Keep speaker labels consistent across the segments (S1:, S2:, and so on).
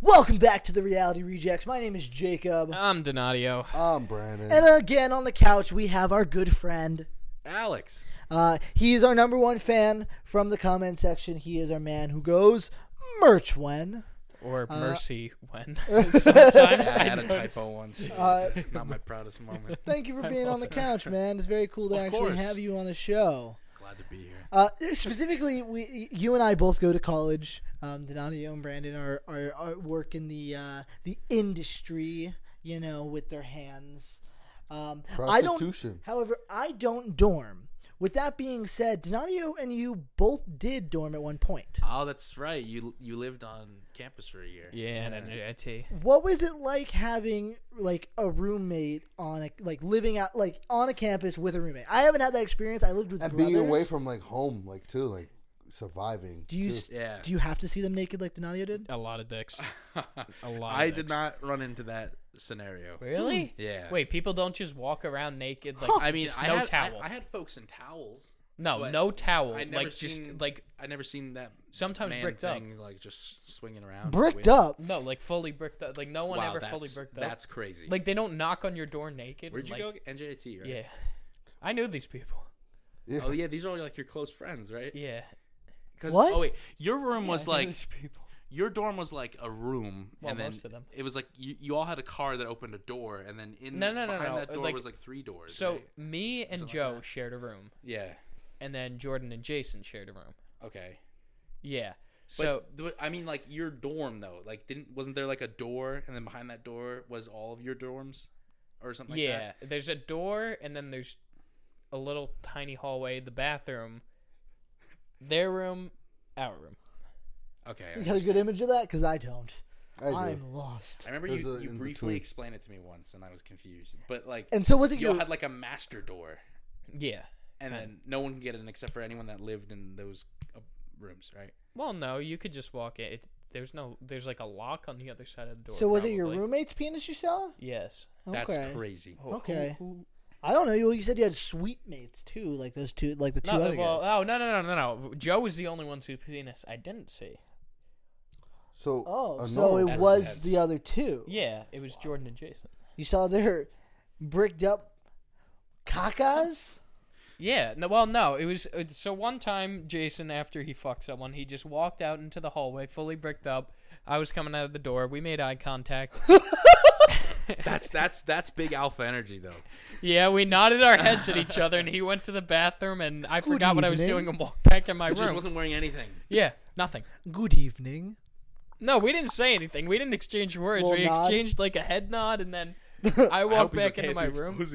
S1: Welcome back to the Reality Rejects. My name is Jacob.
S2: I'm Donadio.
S3: I'm Brandon.
S1: And again on the couch, we have our good friend.
S4: Alex.
S1: Uh, he is our number one fan from the comment section. He is our man who goes merch when.
S2: Or Mercy when. Sometimes
S4: I
S2: I
S4: had a
S2: notice.
S4: typo once. It
S1: Uh,
S4: was Not my proudest moment.
S1: Thank you for being on the couch, man. It's very cool to
S4: Of
S1: actually
S4: course.
S1: have you on the show.
S4: Glad to be here.
S1: Uh, specifically, we, you and I both go to college. Um, Donatio and Brandon are, are, are work in the uh, the industry, you know, with their hands. Um, I don't.
S3: Prostitution.
S1: However, I don't dorm. With that being said, Donatio and you both did dorm at one point.
S4: Oh, that's right. You you lived on campus for a year.
S2: Yeah, and an IT.
S1: What was it like having like a roommate on a like living out like on a campus with a roommate? I haven't had that experience. I lived with
S3: and
S1: brothers.
S3: being away from like home, like too, like surviving.
S1: do you
S3: too.
S1: s
S4: Yeah.
S1: do you have to see them naked like Donatio did?
S2: A lot of dicks. A lot.
S4: I
S2: of
S4: did
S2: dicks.
S4: not run into that scenario.
S2: Really?
S4: Yeah.
S2: Hmm. Wait, people don't just walk around naked like
S4: I mean,
S2: just
S4: I
S2: no
S4: had, I-
S2: towel.
S4: I, had folks in towels.
S2: no,
S4: but
S2: no towel.
S4: I never
S2: Like
S4: seen-
S2: just like
S4: I never seen that
S2: Sometimes
S4: man
S2: bricked up.
S4: thing like just swinging around.
S1: Bricked
S4: waving.
S1: up.
S2: no, like fully bricked up. Like no one
S4: Wow,
S2: ever
S4: that's,
S2: fully bricked up.
S4: That's crazy.
S2: like they don't knock on your door naked.
S4: where'd
S2: and,
S4: you
S2: like,
S4: go? NJT, right?
S2: Yeah. I knew these people.
S3: Yeah.
S4: Oh yeah, these are all like your close friends, right?
S2: Yeah.
S4: 'Cause-
S1: What?
S4: Oh wait, your room was
S2: I knew
S4: like
S2: these people.
S4: your dorm was like a room,
S2: Well,
S4: and then
S2: most of them.
S4: it was like you, you all had a car that opened a door, and then in
S2: No, no, no,
S4: behind
S2: no,
S4: that door
S2: like-
S4: was like three doors.
S2: So
S4: right?
S2: me and
S4: Something like
S2: Joe shared a room,
S4: yeah,
S2: and then Jordan and Jason shared a room.
S4: okay.
S2: Yeah. So
S4: So I mean, like your dorm though, like didn't wasn't there like a door, and then behind that door was all of your dorms, or something? like
S2: yeah,
S4: that?
S2: there's a door, and then there's a little tiny hallway, the bathroom, their room, our room.
S4: Okay.
S1: You
S4: I
S1: got a good image of that because I don't.
S3: I do.
S1: I'm lost.
S4: I remember
S3: There's
S4: you,
S3: a
S4: you
S3: in
S4: briefly
S3: between.
S4: explained it to me once, and I was confused. But like,
S1: And so was it
S4: you all
S1: your?
S4: had like a master door,
S2: Yeah.
S4: and then no one can get in except for anyone that lived in those uh, rooms, right?
S2: Well, no, you could just walk in. It, there's no, there's like a lock on the other side of the door.
S1: so was it your
S2: probably.
S1: roommate's penis you saw?
S2: Yes.
S4: That's
S1: Okay.
S4: crazy.
S2: Oh.
S1: Okay. I don't know. You you said you had sweet mates too, like those two, like the two
S2: No,
S1: other
S2: well,
S1: guys.
S2: oh no, no, no, no, no. Joe was the only one whose penis I didn't see.
S3: So,
S1: Oh,
S3: a
S1: so
S3: normal-
S1: it
S4: That's
S1: was
S4: intense.
S1: the other two.
S2: Yeah, it was Jordan and Jason.
S1: You saw their bricked up cacas.
S2: Yeah. No. Well, no. It was uh, so one time Jason, after he fucked someone, he just walked out into the hallway, fully bricked up. I was coming out of the door. We made eye contact.
S4: That's that's that's big alpha energy though.
S2: yeah, we nodded our heads at each other, and he went to the bathroom, and I forgot what I was
S1: evening.
S2: doing and walked back in my
S4: I just
S2: room.
S4: wasn't wearing anything.
S2: Yeah, nothing.
S1: Good evening.
S2: No, we didn't say anything. We didn't exchange words.
S1: Little
S2: we
S1: nod.
S2: exchanged like a head nod, and then I walked back into my room.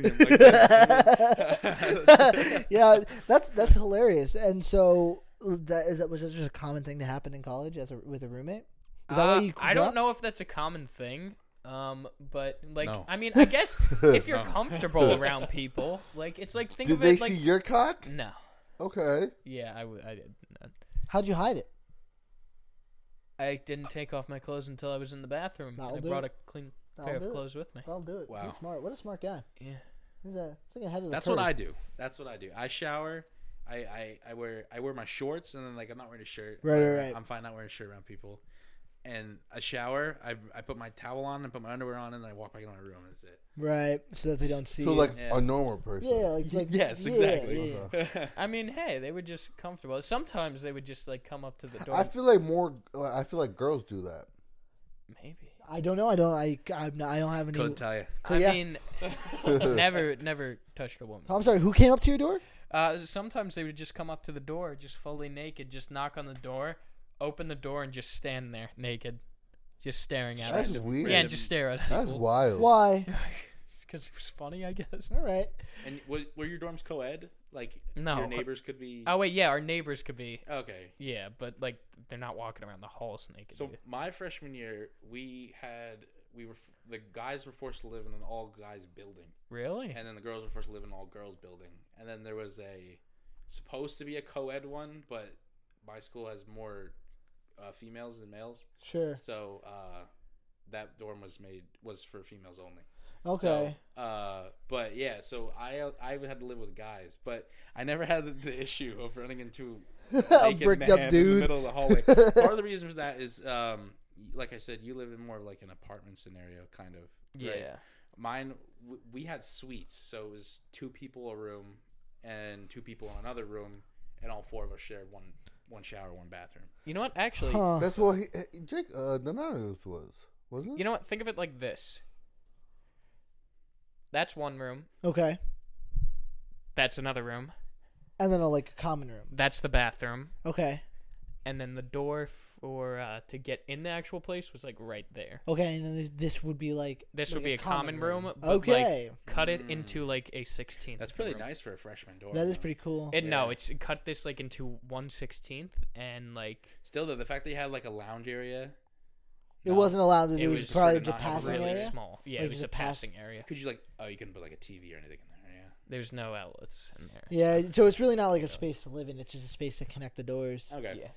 S1: yeah, that's that's hilarious. And so that is that was that just a common thing to happen in college as a, with a roommate. Is that
S2: Uh,
S1: why you?
S2: I don't
S1: dropped?
S2: know if that's a common thing. Um, but like,
S4: No.
S2: I mean, I guess if you're comfortable around people, like, it's like think
S3: did
S2: of
S3: they
S2: it like
S3: see your cock?
S1: Mm.
S2: no,
S3: Okay.
S2: yeah, I, w- I did. not.
S1: How'd you hide it?
S2: I didn't take off my clothes until I was in the bathroom.
S1: That'll
S2: and I
S1: do
S2: brought
S1: it.
S2: a clean
S1: That'll
S2: pair
S1: do
S2: of
S1: it.
S2: clothes with me.
S1: I'll do it.
S4: Wow.
S1: He's smart. What a smart guy.
S2: Yeah,
S1: He's a, he's like ahead of the
S4: That's what I do. That's what I do. I shower. I, I, I wear I wear my shorts and then like I'm not wearing a shirt.
S1: Right, right, right.
S4: I'm fine not wearing a shirt around people. And I shower. I, I put my towel on and put my underwear on and I walk back into my room. That's it.
S1: Right, so that they don't see.
S3: So,
S1: you.
S3: like
S4: Yeah.
S3: a normal person.
S1: yeah, like, like
S4: yes,
S1: yeah,
S4: exactly. Uh-huh.
S1: yeah, yeah.
S2: I mean, hey, they were just comfortable. Sometimes they would just like come up to the door.
S3: I feel like more. Like, I feel like girls do that.
S2: Maybe.
S1: I don't know. I don't. I I'm not, I don't have any.
S4: Couldn't tell you.
S1: So,
S2: I
S1: Oh, yeah.
S2: mean, never, never touched a woman.
S1: Oh, I'm sorry. Who came up to your door?
S2: Uh, sometimes they would just come up to the door, just fully naked, just knock on the door, open the door, and just stand there naked, just staring at
S3: That's
S2: us.
S3: weird.
S2: Yeah, and just stare at us.
S3: That's wild.
S1: Why?
S2: Because it was funny, I guess.
S1: All right.
S4: And w- were your dorms co-ed? Like
S2: No.
S4: your neighbors could be.
S2: Oh wait, yeah, our neighbors could be.
S4: Okay.
S2: Yeah, but like they're not walking around the halls naked.
S4: So
S2: either.
S4: my freshman year, we had we were f- the guys were forced to live in an all guys building.
S2: really?
S4: and then the girls were forced to live in an all girls building. And then there was a supposed to be a co ed one, but my school has more uh, females than males,
S1: Sure.
S4: so uh, that dorm was made was for females only.
S1: Okay.
S4: So, uh, but yeah, so I I had to live with guys, but I never had the issue of running into a naked
S1: bricked
S4: man
S1: up
S4: in the
S1: dude.
S4: middle of the hallway. Part of the reason for that is um, like I said, you live in more of like an apartment scenario kind of. right?
S2: Yeah.
S4: Mine, w- we had suites, so it was two people a room, and two people in another room, and all four of us shared one one shower, one bathroom.
S2: You know what? Actually,
S1: Huh.
S3: That's what he, eh, Jake uh, Donato's was, wasn't it?
S2: you know what? Think of it like this. That's one room.
S1: Okay.
S2: That's another room.
S1: And then a like a common room.
S2: That's the bathroom.
S1: Okay.
S2: And then the door for uh, to get in the actual place was like right there.
S1: Okay, and then th- this would be like
S2: This
S1: like
S2: would be a common room. but, like,
S1: okay.
S2: cut it into like a 16th.
S4: Hmm. That's really
S2: room.
S4: nice for a freshman dorm.
S1: that is
S4: though.
S1: pretty cool.
S2: And no,
S4: Yeah.
S2: it's cut this like into 1 16th and like
S4: Still, though, the fact that you had like a lounge area,
S1: It wasn't allowed to
S4: It
S1: do. It
S4: was
S1: was
S4: just
S1: probably
S4: for the
S1: just
S4: non-
S1: passing
S2: really
S1: area.
S2: small. Yeah,
S1: Like,
S2: it was
S1: just
S2: a
S1: a pass-
S2: passing area.
S4: could you like, oh, you couldn't put like a TV or anything in there, yeah.
S2: There's no outlets in there.
S1: Yeah, so it's really not like a space to live in. It's just a space to connect the doors.
S4: Okay.
S2: Yeah.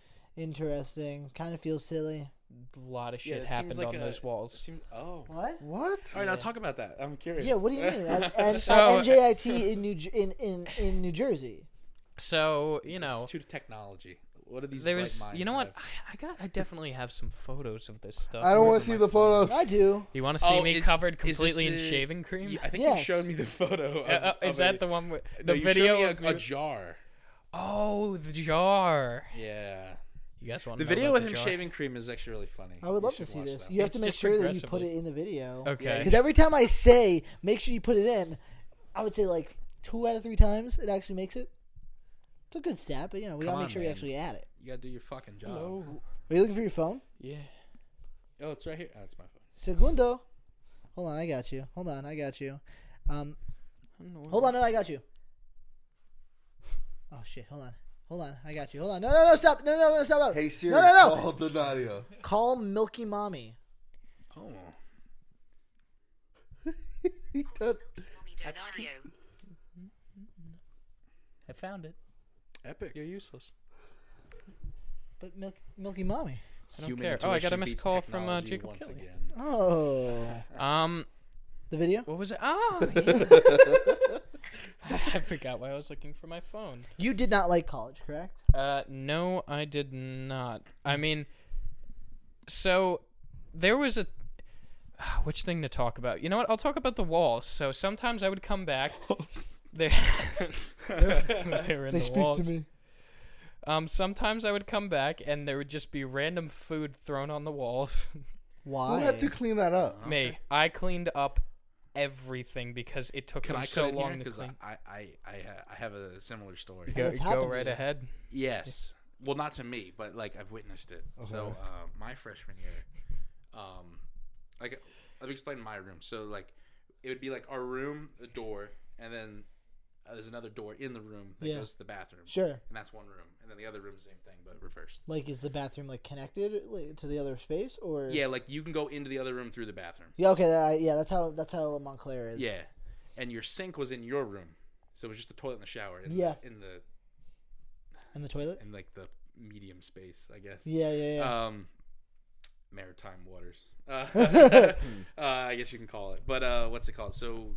S1: Interesting. Kind of feels silly.
S2: A lot of shit
S4: it seems
S2: happened
S4: like
S2: on
S4: a-
S2: those
S4: it
S2: walls.
S4: seems- oh. All
S1: What?
S3: what?
S4: right, now talk about that. I'm curious.
S1: Yeah. What do you mean? At, at,
S2: So- uh,
S1: at NJIT in New Jer- in, in in New Jersey.
S2: So you know,
S4: It's due to technology. What are these?
S2: there
S4: bright
S2: was.
S4: minds
S2: You know what?
S4: have?
S2: I, I got. I definitely have some photos of this stuff.
S3: I don't want
S2: with
S3: to see
S2: my-
S3: the photos.
S1: I do.
S2: You want to see
S4: Oh,
S2: me
S4: is-
S2: covered
S4: is this
S2: completely in
S4: the-
S2: shaving cream?
S4: Yeah, I think you
S1: Yes.
S4: showed me the photo. Of,
S2: Uh, uh, is
S4: of
S2: that
S4: a-
S2: the one with
S4: no,
S2: the
S4: you showed
S2: video?
S4: me
S2: of
S4: a,
S2: me-
S4: a jar.
S2: oh, the jar.
S4: Yeah.
S2: You guys want
S4: The
S2: to know
S4: video
S2: about
S4: with
S2: the
S4: him
S2: jar?
S4: shaving cream is actually really funny.
S1: I would
S4: You
S1: love to
S4: should
S1: see
S4: watch
S1: this.
S4: that.
S1: You have
S2: It's
S1: to make
S2: just
S1: sure that you put
S2: progressively-
S1: it in the video.
S2: Okay.
S1: Because every time I say, make sure you put it in, I would say like two out of three times it actually makes it. It's a good stat, but you know we
S4: Come
S1: gotta make
S4: on,
S1: sure we
S4: man.
S1: actually add it.
S4: You gotta do your fucking job.
S2: Hello.
S1: Are you looking for your phone,
S2: Oh, Yeah.
S4: Oh, it's right here. Oh, it's my phone.
S1: Segundo? Hold on, I got you. Hold on, I got you. Um,
S2: I don't know where-
S1: hold on, no, I got you. Oh shit! Hold on, hold on, I got you. Hold on, no, no, no, stop! No, no, no, stop! stop.
S3: Hey Siri,
S1: no, no, no!
S3: call Donatio.
S1: Call Milky Mommy.
S4: Oh.
S3: He done-
S5: Mommy Desario.
S2: I found it.
S4: Epic.
S2: You're useless.
S1: But Milk, Milky Mommy.
S2: I don't care. Oh, I got a missed call from, uh, Jacob Kelly.
S4: again.
S1: Oh,
S2: Um,
S1: the video.
S2: what was it? Oh, yeah. I forgot why I was looking for my phone.
S1: You did not like college, correct?
S2: Uh, no, I did not. I mean, so there was a which thing to talk about. You know what? I'll talk about the walls. So sometimes I would come back. They, they were in
S1: they
S2: the
S1: speak
S2: walls.
S1: to me.
S2: Um, sometimes I would come back and there would just be random food thrown on the walls.
S1: Why?
S3: Who had to clean that up?
S2: Me, I cleaned up everything because it took
S4: Can
S2: them
S4: I
S2: so
S4: cut in
S2: long
S4: here?
S2: to
S4: Because I,
S2: clean.
S4: I, I, I ha- I have a similar story.
S2: Go,
S1: That's happened
S2: go
S1: to
S2: right
S1: you.
S2: ahead.
S4: Yes. Well, not to me, but like I've witnessed it. So
S3: Okay.
S4: uh, my freshman year, um, like let me explain my room. So like it would be like our room, a door, and then uh, there's another door in the room that
S1: Yeah.
S4: goes to the bathroom.
S1: Sure.
S4: And that's one room, and then the other room, same thing but reversed.
S1: Like, is the bathroom like connected like, to the other space, or
S4: Yeah, like you can go into the other room through the bathroom.
S1: yeah, okay, that, yeah, that's how that's how Montclair is.
S4: Yeah, and your sink was in your room, so it was just the toilet and the shower. In
S1: Yeah.
S4: The, in the
S1: and the toilet.
S4: in like the medium space, I guess.
S1: Yeah, yeah, yeah.
S4: um, maritime waters. Uh, uh, I guess you can call it. But uh, what's it called? So,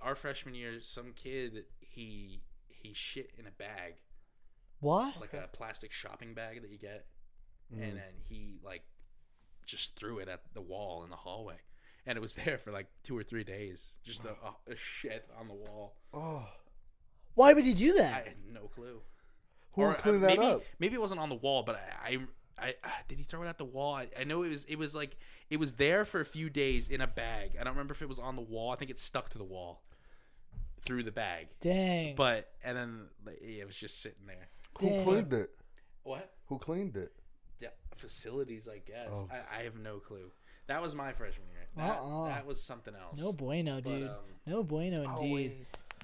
S4: our freshman year, some kid he he shit in a bag,
S1: what?
S4: like a plastic shopping bag that you get,
S3: Mm.
S4: and then he like just threw it at the wall in the hallway, and it was there for like two or three days, just a, a, a shit on the wall.
S2: Uh-huh.
S3: Oh,
S1: Why would you do
S4: I
S1: that?
S4: had no clue.
S3: who
S4: Or, uh,
S3: cleaned that
S4: maybe,
S3: up?
S4: Maybe it wasn't on the wall, but I, I, I ah, did he throw it at the wall? I, I know it was. It was like it was there for a few days in a bag. I don't remember if it was on the wall. I think it stuck to the wall through the bag.
S1: Dang.
S4: But and then like, it was just sitting there.
S1: Damn.
S3: Who cleaned it?
S4: What
S3: Who cleaned it?
S4: the facilities? I guess
S3: Oh.
S4: I, I have no clue. That was my freshman year. That,
S1: Uh-uh.
S4: that was something else.
S1: no bueno,
S4: But,
S1: dude.
S4: um,
S1: no bueno, indeed.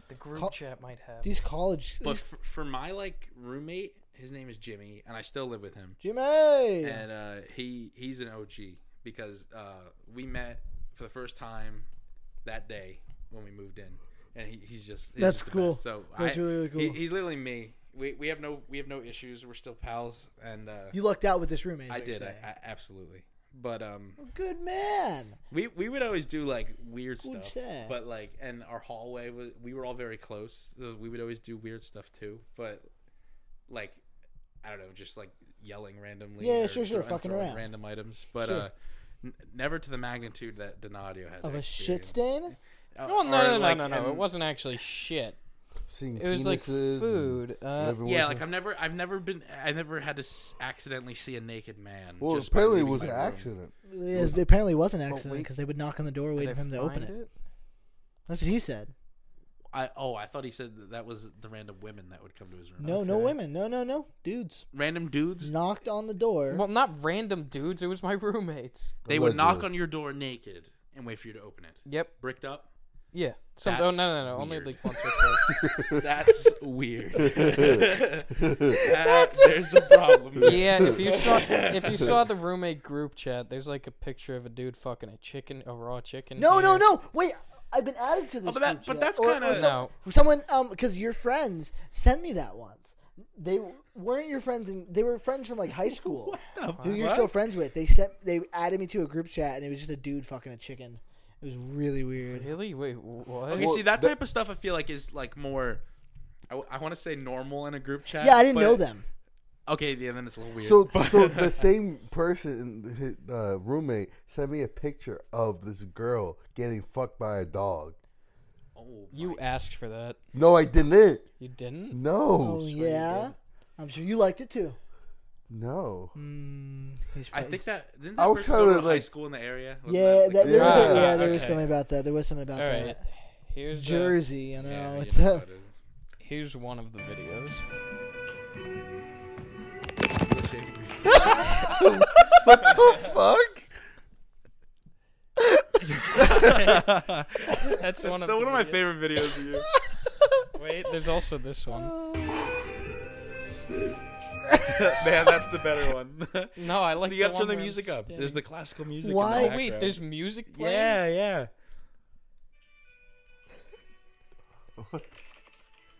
S2: the group chat might have.
S1: These college.
S4: But for, for my like roommate, his name is Jimmy, and I still live with him.
S1: Jimmy.
S4: and uh, he he's an OG because uh, we met for the first time that day when we moved in, and he, he's just he's
S1: That's
S4: just the
S1: cool.
S4: best. So
S1: That's
S4: I-
S1: really, really
S4: he-
S1: cool.
S4: he's literally me. We, we have no we have no issues. We're still pals, and uh,
S1: you lucked out with this roommate. is
S4: I
S1: what you're
S4: did I,
S1: saying.
S4: I, absolutely. But um,
S1: Good man.
S4: we we would always do like weird
S1: Good
S4: stuff,
S1: chat.
S4: but like and our hallway was we were all very close. So we would always do weird stuff too, but like I don't know, just like yelling randomly.
S1: Yeah,
S4: or
S1: sure, sure,
S4: throw- and
S1: fucking
S4: throwing
S1: around.
S4: Random items, but
S1: Sure.
S4: uh, n- never to the magnitude that Donadio has.
S1: Of a shit
S4: experienced.
S1: stain?
S4: Uh,
S2: Well, no,
S4: or,
S2: no, no,
S4: like,
S2: no, no. It
S4: and-
S2: wasn't actually shit.
S3: Seeing
S2: It was like
S3: penises and
S2: food. Uh,
S3: everyone
S4: Yeah,
S3: was-
S4: like I've never, I've never been, I never had to s- accidentally see a naked man.
S3: well,
S4: just by
S3: apparently it
S4: leaving
S3: was
S4: my
S3: an
S4: room.
S3: accident.
S1: Yeah, it apparently was an accident
S2: wait,
S1: because they would knock on the door
S2: did I
S1: waiting for him to open
S2: find
S1: it. That's what he said.
S4: I oh, I thought he said that, that was the random women that would come to his room.
S1: No, no
S2: Okay.
S1: women. No, no, no. Dudes
S4: random dudes.
S1: knocked on the door.
S2: Well, not random dudes. It was my roommates.
S4: They would knock
S3: Allegedly.
S4: on your door naked and wait for you to open it.
S2: Yep.
S4: Bricked up.
S2: Yeah. Some, oh no,
S4: That's
S2: no, no. Only
S4: weird.
S2: like once or twice.
S4: That's weird. That- there's a problem.
S2: yeah. If you saw, if you saw the roommate group chat, there's like a picture of a dude fucking a chicken, a raw chicken.
S1: no, no,
S2: here.
S1: no. Wait, I've been added to this.
S4: Oh, but that-
S1: group
S4: but
S1: chat.
S4: that's
S1: Or- or
S4: kinda-
S1: some-
S2: No.
S1: Someone, um, because your friends sent me that once. They weren't your friends, and they were friends from like high school. who you're still friends with? They sent, they added me to a group chat, and it was just a dude fucking a chicken. It was really weird.
S2: Really? Wait. What?
S4: Okay,
S3: Well,
S4: see that
S3: that-
S4: type of stuff I feel like is like more. I, want to say normal in a group chat.
S1: Yeah, I didn't
S4: but-
S1: know them.
S4: Okay, yeah, then it's a little weird.
S3: So,
S4: but-
S3: so the same person, his uh, roommate, sent me a picture of this girl getting fucked by a dog.
S4: oh, my-
S2: You asked for that.
S3: No, I didn't.
S2: You didn't.
S1: Oh
S3: No,
S1: yeah, I'm sure you liked it too.
S3: no.
S2: Hmm.
S1: Mm, he's
S4: I
S1: probably-
S4: think that didn't that
S3: I was
S4: person go
S3: kinda
S4: to a high
S3: like-
S4: school in the area. Wasn't
S1: Yeah,
S4: like,
S1: that, there was a,
S2: Ah,
S1: yeah, there was
S2: okay.
S1: something about that. There was something about
S2: All
S1: that.
S2: right. Here's uh,
S1: Jersey, you know,
S4: yeah, you
S1: it's
S4: know
S1: a,
S4: how it is.
S2: here's one of the videos.
S4: Little shape of you.
S3: Fuck.
S2: That's one
S4: It's
S2: of
S4: still
S2: the
S4: one of my
S2: videos.
S4: favorite videos of you.
S2: Wait, there's also this one.
S4: Man, that's the better one.
S2: No, I like.
S4: so you
S2: the
S4: gotta turn
S2: one
S4: the
S2: where I'm
S4: music up. There's the
S2: standing-
S4: classical music. in
S1: Why-
S4: the
S2: Oh wait,
S4: background.
S2: there's music playing.
S4: Yeah, yeah.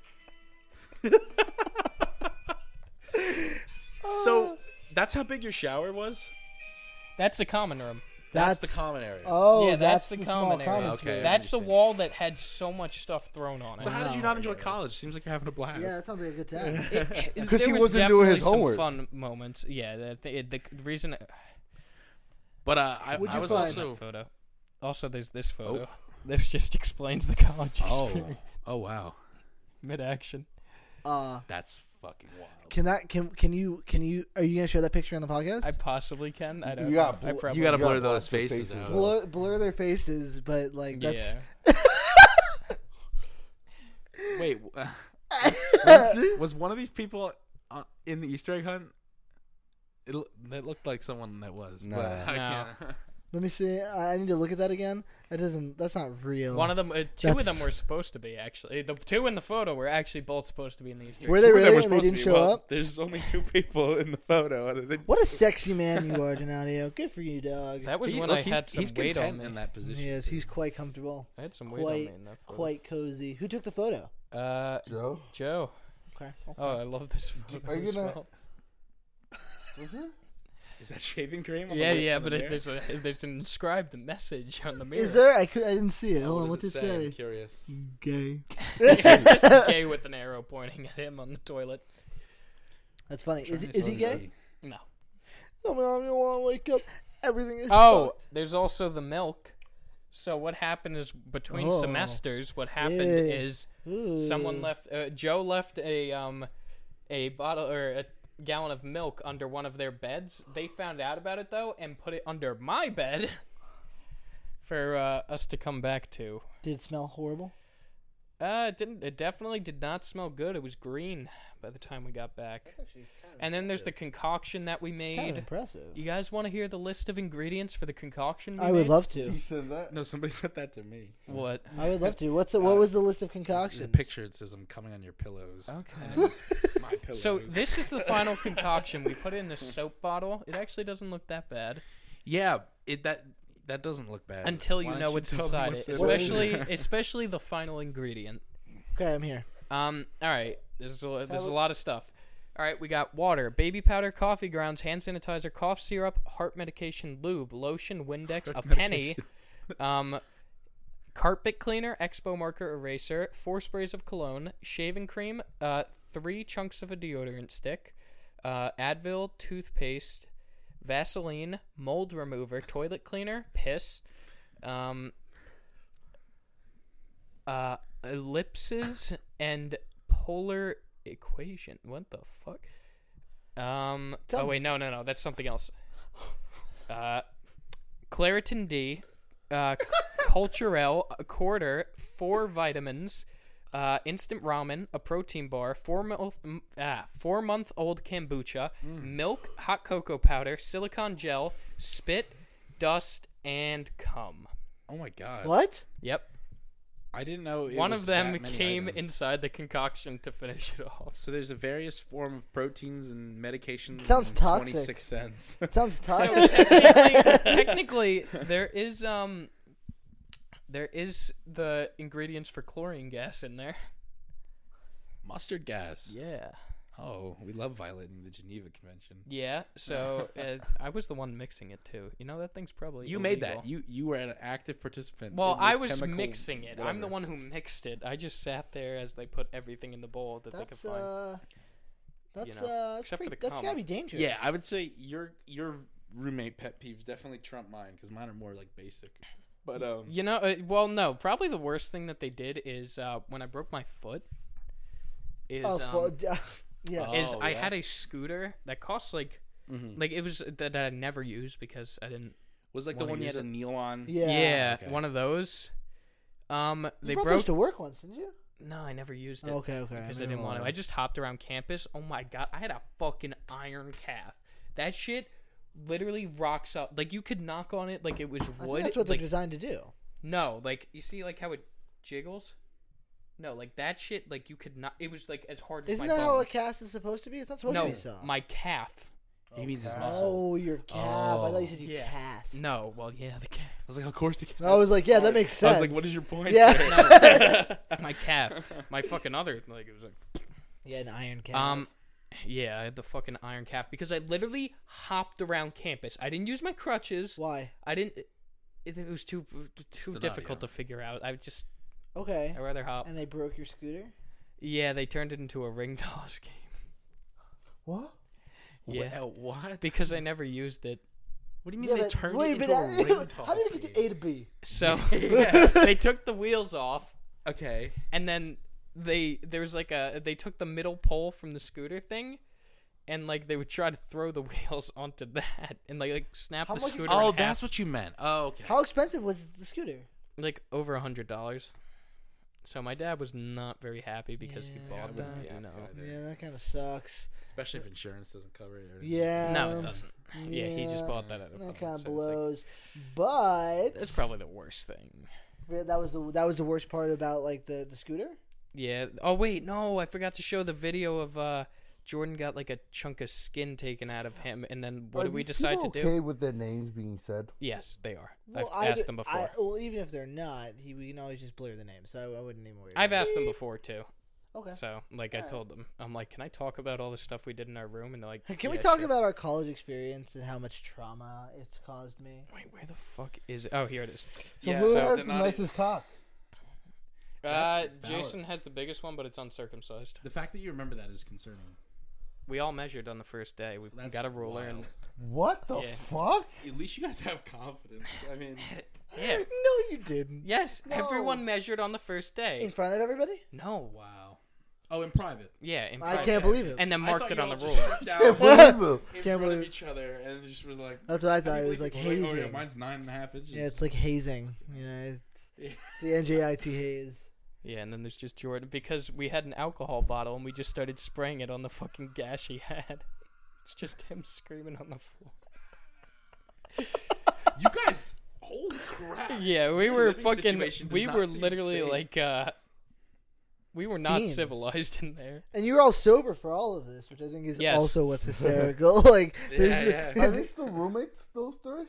S4: so that's how big your shower was.
S2: That's the common room.
S4: That's,
S1: that's,
S4: the common area.
S1: Oh,
S2: yeah, that's, the,
S1: small
S2: common area.
S1: commons
S4: Okay.
S1: room.
S2: That's the
S4: Interesting.
S2: wall that had so much stuff thrown on it.
S4: so how did you
S1: Wow.
S4: not enjoy college? Seems like you're having a blast.
S1: Yeah, that sounds like a good time.
S2: It- it-
S3: 'Cause
S2: there
S3: he
S2: was
S3: wasn't doing his
S2: definitely some
S3: homework.
S2: Fun moments. Yeah, the, the, the reason
S4: But uh, I,
S1: What'd
S4: I
S1: you
S4: was
S1: find?
S4: also.
S2: photo. Also, there's this photo. This just explains the college experience.
S4: oh wow,
S2: Mid action.
S1: Uh,
S4: that's fucking wild.
S1: can that can can you can you are you gonna show that picture on the podcast?
S2: I possibly can. I don't.
S3: You got
S2: know. I
S3: bl-
S2: probably
S4: You gotta
S3: You gotta
S4: blur those
S3: block your
S4: faces,
S3: faces
S4: out.
S3: out.
S1: blur, blur their faces, but like that's
S4: Yeah. Wait, w- was one of these people uh, in the Easter egg hunt? It l- that looked like someone that was.
S3: Nah.
S4: but
S2: No.
S4: I can't.
S1: let me see. I I need to look at that again. That doesn't. That's not real.
S2: One of them, uh, two of them
S1: That's-
S2: were supposed to be actually. The two in the photo were actually both supposed to be in the Easter.
S1: Were they
S4: Two of them
S1: really? and they
S4: were supposed to
S1: didn't
S4: be.
S1: show
S4: Well,
S1: up.
S4: There's only two people in the photo. Other than
S1: What a sexy man you are, Donadio. Good for you, dog.
S2: That was
S4: He-
S2: when
S4: look,
S2: I
S4: he's,
S2: had some
S4: he's
S2: weight on
S4: content
S2: me.
S4: in that position.
S1: Yes, he's quite comfortable,
S2: I had some weight on
S1: quite
S2: me in that photo.
S1: quite cozy. Who took the photo?
S2: Uh,
S3: Joe.
S2: Joe.
S1: Okay.
S2: Oh, I love this photo.
S3: are you
S2: as
S3: gonna-
S2: well.
S4: Is that shaving cream? On
S2: Yeah,
S4: the,
S2: yeah,
S4: on the
S2: but it,
S4: mirror?
S2: there's a there's an inscribed message on the mirror.
S1: Is there? I, could, I didn't see it. Hold on. What did
S4: What does
S1: it
S4: say? I'm
S1: say?
S4: curious.
S1: Gay.
S2: It's just a gay with an arrow pointing at him on the toilet?
S1: That's funny. Is,
S2: Trying
S1: is he
S2: to-
S1: gay?
S2: No.
S1: No, man, I don't want to wake up. Everything is.
S2: Oh, there's also the milk. So what happened is between
S1: Oh.
S2: semesters, what happened
S1: Yeah.
S2: is
S1: fucked. Ooh.
S2: someone left uh, Joe left a um a bottle or a gallon of milk under one of their beds. They found out about it though and put it under my bed for uh, us to come back to.
S1: Did it smell horrible?
S2: Uh, it didn't. It definitely did not smell good. It was green by the time we got back. And then there's the concoction that we
S1: It's kind of
S2: made.
S1: impressive.
S2: You guys want to hear the list of ingredients for the concoction? We
S1: I would
S2: made?
S1: love to.
S3: He said that.
S4: No, somebody sent that to me.
S2: what.
S1: I would love to. What's the,
S2: Uh,
S1: what was the list of
S4: The
S1: concoctions?
S4: picture it says I'm coming on your pillows.
S2: Okay.
S4: My pillows.
S2: So this is the final concoction. We put it in a soap bottle. It actually doesn't look that bad
S4: yeah, it that that doesn't look bad
S2: until
S4: Why
S2: you
S4: don't
S2: know what's
S4: tell
S2: inside
S4: them what's
S2: it,
S4: in
S2: especially especially the final ingredient.
S1: Okay, I'm here.
S2: Um. All right. This is a, this is a lot of stuff. All right. We got water, baby powder, coffee grounds, hand sanitizer, cough syrup, heart medication, lube, lotion, Windex, a penny, um, carpet cleaner, Expo marker, eraser, four sprays of cologne, shaving cream, uh, three chunks of a deodorant stick, uh, Advil, toothpaste, Vaseline, mold remover, toilet cleaner, piss, um, uh, ellipses, and polar equation. What the fuck? Um, oh, wait, no, no, no. That's something else. Uh, Claritin D, uh, Culturel, a quarter, four vitamins, uh, instant ramen, a protein bar, four month, m- ah, four month old kombucha, milk, hot cocoa powder, silicone gel, spit, dust, and cum.
S4: Oh my
S2: Uh,
S4: god!
S1: What?
S2: Yep.
S4: I didn't know it
S2: One
S4: was
S2: of
S4: that
S2: them
S4: many
S2: came
S4: items.
S2: inside the concoction to finish it off.
S4: So there's a various form of proteins and medications.
S1: Sounds
S4: and
S1: toxic.
S4: Twenty-six cents.
S1: Sounds
S2: So
S1: toxic.
S2: technically, technically, there is um, there is the ingredients for chlorine gas in there.
S4: Mustard gas.
S2: Yeah.
S4: Oh, we love violating the Geneva Convention.
S2: Yeah. So uh, I was the one mixing it too. You know that thing's probably
S4: You made
S2: illegal.
S4: that. You you were an active participant.
S2: Well,
S4: in this
S2: I was
S4: chemical
S2: mixing it. I'm the
S4: whatever.
S2: one who mixed it. I just sat there as they put everything in the bowl that they could
S1: that's
S2: find.
S1: uh, that's
S2: know,
S1: uh, that's,
S2: except for
S1: pretty,
S2: the
S1: that's gotta
S2: cum.
S1: be dangerous.
S4: Yeah, I would say your your roommate pet peeves definitely trump mine because mine are more like basic. But um,
S2: You know, uh, well, no. Probably the worst thing that they did is uh, when I broke my foot. Is
S1: Oh,
S2: um,
S1: for, yeah.
S4: uh,
S2: is
S4: Oh,
S2: I
S4: yeah. Mm-hmm.
S2: had a scooter that cost like like it was that I never used because I didn't.
S4: was like the
S2: Wanna
S4: one you
S2: use
S4: had a kneel on.
S1: yeah.
S2: Yeah,
S4: Okay.
S2: one of those. Um,
S1: You
S2: they
S1: brought
S2: broke.
S1: those to work once, didn't you?
S2: no, I never used it.
S1: Okay, okay.
S2: because I
S1: maybe
S2: didn't want to.
S1: not.
S2: I just hopped around campus. Oh my god, I had a fucking iron calf. That shit literally rocks up. Like you could knock on it like it was
S1: I think
S2: wood.
S1: that's what they're
S2: Like,
S1: designed to do.
S2: no, like you see like how it jiggles. No, like that shit. Like you could not. It was like as hard
S1: Isn't
S2: as my
S1: that how
S2: bone.
S1: a cast is supposed to be? It's not supposed
S2: no,
S1: to be soft.
S2: my calf.
S4: he means his muscle.
S1: Oh, your calf. I thought you said you
S2: yeah.
S1: cast.
S2: No, well yeah, the calf.
S4: I was like, of course the cat.
S1: I was like, yeah, that makes sense.
S4: I was like, what is your point?
S1: Yeah.
S2: my calf, my fucking other like it was like
S1: yeah, an iron calf.
S2: um yeah, I had the fucking iron calf because I literally hopped around campus. I didn't use my crutches.
S1: Why?
S2: I didn't. It, it was too too
S4: not,
S2: difficult to
S4: yeah.
S2: figure out. I would just
S1: Okay.
S2: I would rather hop.
S1: And they broke your scooter.
S2: Yeah, they turned it into a ring toss game
S1: What?
S2: Yeah.
S4: Wha- What?
S2: because I never used it.
S4: What do you mean
S1: Yeah,
S4: they
S1: but-
S4: turned
S1: wait,
S4: it
S1: but
S4: into a
S1: that-
S4: ring
S1: how did it get to A to B?
S2: So
S4: Yeah.
S2: they took the wheels off,
S4: Okay.
S2: and then they there was like a they took the middle pole from the scooter thing. And like they would try to throw the wheels onto that, and like like snap
S1: How
S2: the
S1: much-
S2: scooter. in
S4: Oh,
S2: half.
S4: that's what you meant. Oh, okay.
S1: How expensive was the scooter?
S2: like over a hundred dollars. So my dad was not very happy because he bought
S4: wouldn't
S2: that.
S4: be
S2: you know,
S4: happy either.
S1: Yeah, that kind of sucks.
S4: Especially if insurance doesn't cover it. Or
S1: Yeah.
S2: no, it doesn't. Yeah, he
S1: yeah,
S2: just bought that. At a
S1: That
S2: fucking
S1: kind
S2: sale.
S1: of
S2: It's like,
S1: blows. But
S2: That's probably the worst thing.
S1: Yeah, that was the that was the worst part about like the the scooter.
S2: Yeah. Oh wait, no, I forgot to show the video of uh Jordan got like a chunk of skin taken out of him, and then what
S3: Are
S2: did we
S3: these people
S2: decide to do?
S3: Okay with their names being said.
S2: Yes, they are. I've
S1: I d-
S2: asked them before.
S1: I- well, even if they're not, he, we can always just blur the name, so I, I wouldn't even worry.
S2: I, have
S1: about
S2: asked them before too.
S1: it. Okay.
S2: So like I told them, I'm like, can I talk about all the stuff we did in our room? And they're like,
S1: Can we
S2: "Yeah,
S1: talk
S2: sure."
S1: about our college experience and how much trauma it's caused me?
S2: Wait, where the fuck is it? Oh, here it is.
S3: So
S4: Yeah,
S3: who
S4: so
S3: has
S4: they're
S3: the
S4: not-
S3: nicest cock?
S2: Uh,
S4: valid.
S2: Jason has the biggest one, but it's uncircumcised.
S4: The fact that you remember that is concerning.
S2: We all measured on the first day. We
S4: That's
S2: got a ruler
S4: wild.
S3: What the
S2: Yeah.
S3: fuck?
S4: At least you guys have confidence. I mean,
S2: and yeah.
S1: No, you didn't.
S2: Yes,
S1: No.
S2: everyone measured on the first
S1: In
S2: day.
S1: front of everybody?
S2: No,
S4: wow. Oh, in private.
S2: yeah, in
S1: I
S2: private.
S1: can't believe it.
S2: And then
S4: I
S2: marked
S4: thought
S2: it
S4: you
S2: on the
S4: all
S2: ruler.
S4: just sat down
S3: Can't believe them.
S4: in
S1: Can't
S4: front
S1: believe-
S4: of each other, and it just was like.
S1: That's what I
S4: I
S1: thought.
S4: can't
S1: It was
S4: believe
S1: like
S4: people were Oh, yeah,
S1: hazing.
S4: mine's nine and a half inches.
S1: Yeah, it's like hazing. You know, it's, it's the NJIT haze.
S2: Yeah, and then there's just Jordan because we had an alcohol bottle and we just started spraying it on the fucking gash he had. It's just him screaming on the floor.
S4: you guys. Holy crap!
S2: Yeah, we
S4: Your
S2: were
S4: living
S2: fucking.
S4: situation does
S2: We
S4: not
S2: were
S4: seem
S2: literally
S4: safe.
S2: like, uh, we were not
S1: Fiends.
S2: civilized in there.
S1: And you were all sober for all of this, which I think is
S2: Yes.
S1: also what's hysterical. like, there's
S4: Yeah,
S1: no-
S4: yeah.
S3: Are they still roommates? Those three?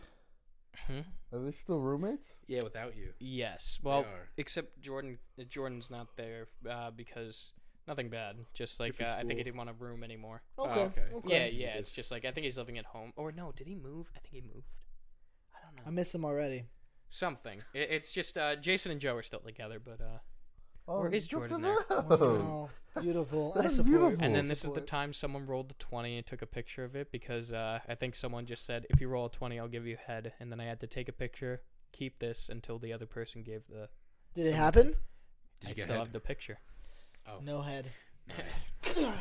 S2: Hmm?
S3: Are they still roommates?
S4: Yeah, without you.
S2: Yes. Well,
S4: are.
S2: except Jordan. uh, Jordan's not there uh, because nothing bad. Just like uh,
S4: Different
S2: I think he
S4: school.
S2: didn't want a room anymore.
S1: okay,
S4: Oh, okay.
S2: Yeah,
S1: okay.
S2: yeah. It's just like I think he's living at home. Or no, did he move? I think he moved. I don't know.
S1: I miss him already.
S2: Something. It, it's just uh, Jason and Joe are still together, but uh, Or
S3: Oh,
S2: is Jordan there?
S1: Wow, beautiful. I
S3: That's
S1: support.
S3: beautiful.
S2: And
S3: Full
S2: then this is the
S3: support.
S2: time someone rolled the 20 and took a picture of it because uh, I think someone just said, if you roll a 20, I'll give you head. And then I had to take a picture, keep this until the other person gave the.
S1: Did it happen?
S4: Did
S2: I
S4: you get
S2: still
S4: head?
S2: have the picture.
S1: No head.
S4: No.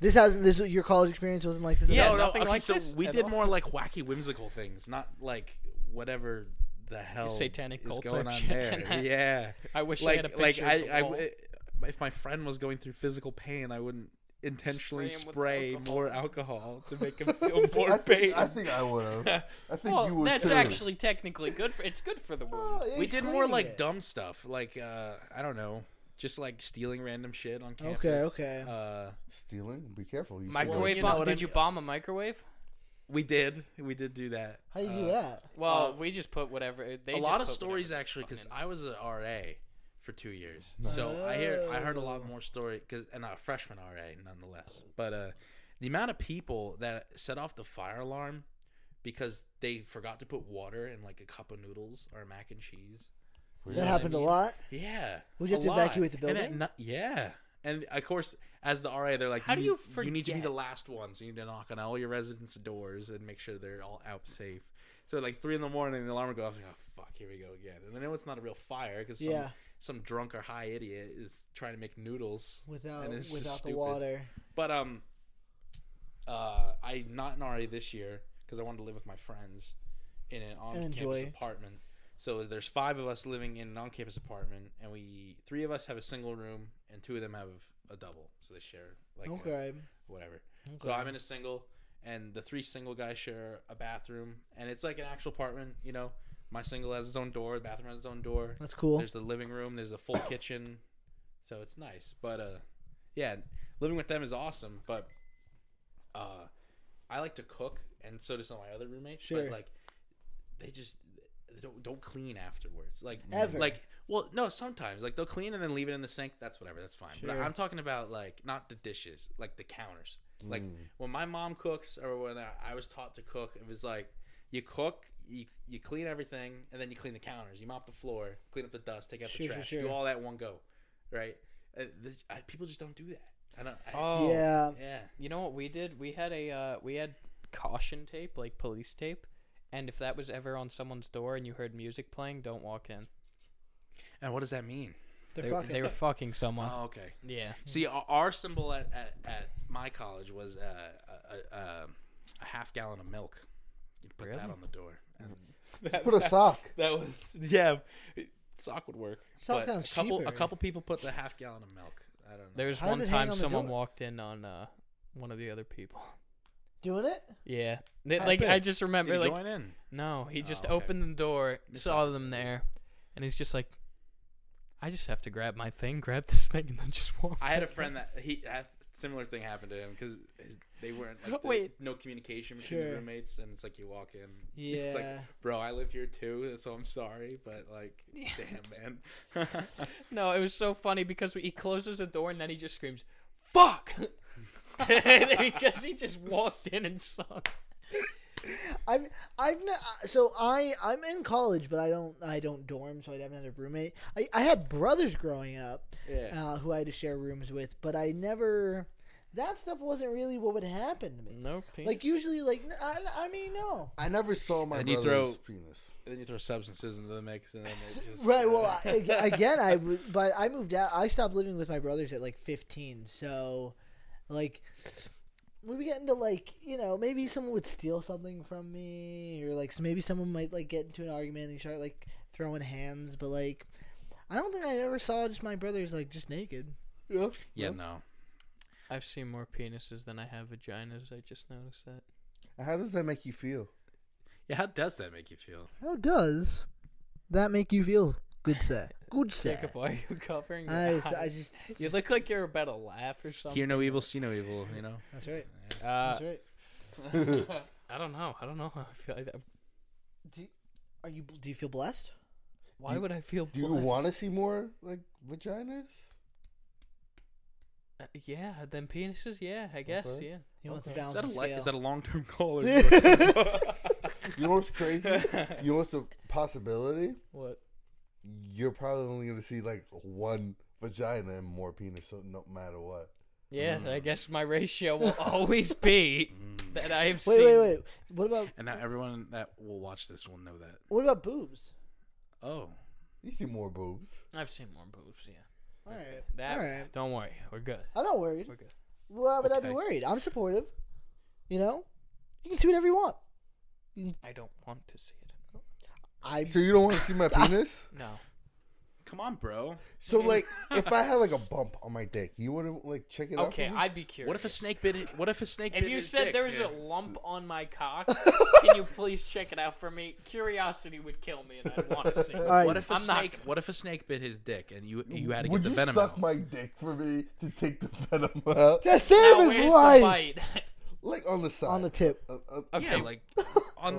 S1: This hasn't. This your college experience wasn't like this. at
S2: Yeah,
S1: all?
S4: no, no.
S2: nothing
S4: okay,
S2: like
S4: so
S2: this
S4: we
S2: at
S4: did
S2: all.
S4: more like wacky, whimsical things, not like whatever the hell
S2: satanic
S4: is
S2: cult
S4: going
S2: type
S4: on
S2: shit.
S4: there. yeah,
S2: I wish I had a
S4: like like
S2: picture.
S4: I,
S2: of the
S4: I
S2: wall.
S4: w- if my friend was going through physical pain, I wouldn't intentionally
S2: Spray
S4: spray,
S2: him with
S4: more alcohol to make him feel more
S3: I
S4: pain.
S3: think, I think I would have. I think you
S2: well,
S3: would
S2: that's
S3: too.
S2: actually technically good for. It's good for the wound.
S1: Oh, yeah,
S4: we
S1: he's
S4: did more
S1: cleaning
S4: like
S1: it.
S4: dumb stuff, like uh, I don't know, just like stealing random shit on campus.
S1: Okay, okay.
S4: Uh,
S3: stealing. Be careful. You said-
S2: Microwave
S4: you know
S2: bomb?
S4: what I
S2: Did you
S4: mean.
S2: bomb a microwave?
S4: we did, we did do that.
S1: How do you do
S4: Uh,
S1: that?
S2: Well,
S4: Uh,
S2: we just put whatever. They
S4: a
S2: just
S4: lot of
S2: put
S4: stories
S2: whatever
S4: actually because
S2: fucking-
S4: I was a RA for two years, so I hear I heard a lot more story because and a freshman RA nonetheless. But uh, the amount of people that set off the fire alarm because they forgot to put water in like a cup of noodles or mac and cheese.
S1: That happened a lot.
S4: Yeah,
S1: Would you
S4: a
S1: have to
S4: lot.
S1: evacuate the
S4: And at
S1: building?
S4: ni- yeah. And of course, as the RA, they're like,
S2: How do
S4: you,
S2: you
S4: need- you need to be
S2: forget?
S4: the last one, so you need to knock on all your residents' doors and make sure they're all out safe. So like three in the morning, the alarm would go off. Like, oh fuck, here we go again. And I know it's not a real fire because some,
S1: Yeah.
S4: some drunk or high idiot is trying to make noodles
S1: Without
S4: and it's just
S1: without the
S4: stupid.
S1: water.
S4: But um, uh, I not an RA this year because I wanted to live with my friends in an on-campus
S1: enjoy.
S4: apartment. So there's five of us living in an on-campus apartment, and we three of us have a single room, and two of them have a double, so they share like a-
S1: Okay.
S4: whatever. So I'm in a single, and the three single guys share a bathroom, and it's like an actual apartment. You know, my single has its own door, the bathroom has its own door.
S1: That's cool.
S4: There's the living room. There's a full kitchen, so it's nice. But uh, yeah, living with them is awesome. But uh, I like to cook, and so do some of my other roommates.
S1: Sure.
S4: But like, they just they don't don't clean afterwards. Like
S1: Ever.
S4: Like well, no, sometimes like they'll clean and then leave it in the sink. That's whatever. That's fine. But
S1: Sure.
S4: I'm talking about like not the dishes, like the counters. Like
S1: Mm.
S4: when my mom cooks, or when I, I was taught to cook, it was like you cook, you you clean everything, and then you clean the counters. You mop the floor, clean up the dust, take out
S1: Sure,
S4: the
S1: sure,
S4: trash,
S1: sure.
S4: do all that in one go, right? Uh, the, I, people just don't do that. I don't. I,
S2: Oh,
S1: Yeah.
S4: Yeah.
S2: You know what we did? We had a uh, we had caution tape, like police tape, and if that was ever on someone's door and you heard music playing, don't walk in.
S4: And what does that mean?
S1: They're
S2: They,
S1: fucking.
S2: they were fucking someone.
S4: Oh, okay.
S2: yeah.
S4: See, our, our symbol at, at, at my college was uh, a, a, a, a half gallon of milk. You put that
S2: Really?
S4: on the door. And
S3: Just put a sock.
S4: that was yeah. Sock would work.
S1: Sock
S4: but
S1: sounds
S4: a couple
S1: cheaper.
S4: a couple people put the half gallon of milk. I don't know.
S2: There was
S1: How does
S2: one
S1: it hang
S2: time
S1: on the
S2: someone
S1: door?
S2: walked in on uh, one of the other people.
S1: Doing it?
S2: Yeah. They-
S4: How
S2: like
S4: big?
S2: I just
S4: Did
S2: remember
S4: he
S2: like
S4: join in.
S2: no, he just
S4: Oh, okay.
S2: opened the door,
S4: Missed
S2: saw them there, and he's just like I just have to grab my thing, grab this thing and then just walk.
S4: I had a friend that he that similar thing happened to him because they weren't like, the-
S2: Wait.
S4: no communication between
S1: Sure.
S4: the roombates and it's like you walk in it's like
S1: Yeah.
S4: bro I live here too so I'm sorry but like damn man
S2: No, it was so funny because he closes the door and then he just screams, "Fuck!" because he just walked in and saw.
S1: I've I've n- so I I'm in college, but I don't I don't dorm, so I haven't had a roommate. I, I had brothers growing up,
S4: yeah
S1: uh, who I had to share rooms with, but I never. That stuff wasn't really what would happen to me.
S2: No penis.
S1: Like usually, like n- I, I mean, no.
S3: I never saw my
S4: And you
S3: brother's
S4: throw-
S3: penis.
S4: then you throw substances into the mix and then it just
S1: Right. Well,
S2: uh,
S1: I, again, I w- but I moved out. I stopped living with my brothers at like 15. So, like, we would get into like you know maybe someone would steal something from me or like s- maybe someone might like get into an argument and start like throwing hands. But like, I don't think I ever saw just my brothers like just naked.
S3: Yeah.
S4: yeah no
S2: I've seen more penises than I have vaginas. I just noticed that.
S3: How does that make you feel?
S4: yeah how does that make you feel
S1: How does that make you feel? Good sir. Good sir.
S2: Jacob, why are you covering your
S1: I,
S2: eyes?
S1: I just.
S2: you look like you're about to laugh or something.
S4: hear no evil see no evil you know
S1: That's right.
S2: Uh,
S1: That's right.
S2: I don't know. I don't know how I feel. Like that.
S1: Do, are you? Do you feel blessed?
S2: Why would I feel?
S3: Do you
S2: blessed?
S3: want to see more like vaginas?
S2: Uh, yeah, then penises. Yeah, I guess.
S3: Okay.
S2: Yeah.
S1: He wants
S3: Okay.
S1: to
S4: is
S1: balance
S4: that a
S1: the
S4: li-
S1: scale.
S4: is that a long term goal or
S3: You know what's crazy? you know what's the possibility?
S2: What?
S3: You're probably only going to see like one vagina and more penis, so no matter what.
S2: Yeah, I guess my ratio will always be that I have
S1: Wait,
S2: seen.
S1: wait, wait. What about
S4: Mm. And now everyone that will watch this will know that.
S1: what about boobs?
S4: Oh,
S3: You see more boobs.
S2: I've seen more boobs. Yeah,
S1: All right,
S2: that.
S1: all right.
S2: Don't worry, we're good.
S1: I'm not worried.
S2: We're good.
S1: Why would I be
S2: Okay.
S1: worried? I'm supportive. You know, you can see whatever you want.
S2: I don't want to see it.
S1: I
S3: So you don't want to see my penis?
S2: No.
S4: come on, bro.
S3: So like, if I had like a bump on my dick, you wouldn't like check it out.
S2: Okay,
S3: for me?
S2: I'd be curious.
S4: What if a snake bit? It, what if a snake?
S2: If
S4: bit
S2: you
S4: his
S2: said
S4: dick,
S2: there was
S4: dude?
S2: a lump on my cock, can you please check it out for me? Curiosity would kill me, and I'd want to see. it.
S1: right.
S4: What if a
S2: I'm not-
S4: snake? What if a snake bit his dick and you you had to
S3: Would
S4: get
S3: you
S4: the venom
S3: suck
S4: out?
S3: my dick for me to take the venom out?
S1: to
S2: Now,
S1: save
S2: where's
S1: his
S2: the
S1: life
S2: bite?
S3: Like on the side.
S1: on the tip,
S3: Uh, uh,
S2: Okay,
S4: Yeah, like on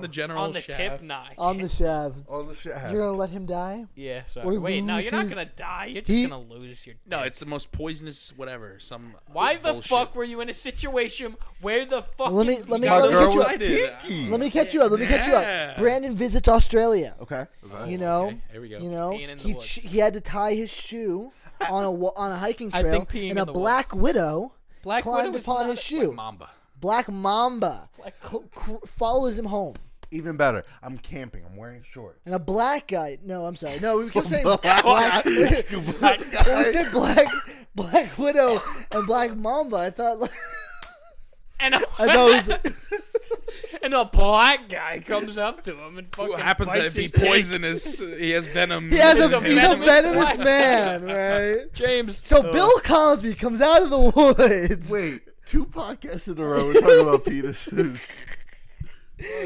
S4: the general
S2: on the
S4: shaft.
S2: tip, nah. I
S1: on
S2: can't.
S1: the shaft.
S3: on the shit.
S1: You're gonna let him die?
S2: yeah,
S1: Or
S2: sorry. Wait, no, you're not
S1: loses-
S2: gonna die. You're just
S1: He-
S2: gonna lose your.
S4: No, it's the most poisonous whatever. Some
S2: Why the
S4: bullshit.
S2: fuck were you in a situation where the fuck?
S1: Let me- let me-
S3: My
S1: let me
S3: girl
S1: get you
S3: was
S4: out.
S3: kinky.
S1: Let me catch you up. Let me catch you up.
S4: Yeah.
S1: Brandon visits Australia.
S3: Okay.
S1: You know,
S4: okay. Here we go.
S1: You know,
S2: Peeing in the
S1: he
S2: woods.
S1: ch- he had to tie his shoe on a wa- on a hiking
S2: I
S1: trail,
S2: think peeing in
S1: and a
S2: the woods.
S1: black widow
S2: Black
S1: climbed
S2: Widow is
S1: upon
S2: not
S1: his
S2: a-
S1: shoe.
S4: Mamba?
S1: Black Mamba cl- cr- follows him home,
S3: Even better. I'm camping. I'm wearing shorts.
S1: and a black guy. No, I'm sorry. No, we kept saying
S3: Black-
S1: black. we
S3: Black guy.
S1: said black Black Widow and Black Mamba. I thought like,
S2: And a,
S1: I thought it was,
S2: and a black guy comes up to him and fucking
S4: What happens
S2: bites
S4: to be
S2: his dick.
S4: poisonous? uh, he has venom.
S1: he has
S2: He's
S1: a,
S2: a
S1: he's a
S2: venomous
S1: venomous
S2: black-
S1: man, right?
S2: James.
S1: So
S2: Ugh.
S1: Bill Cosby comes out of the woods.
S3: Wait, two podcasts in a row we're talking about penises.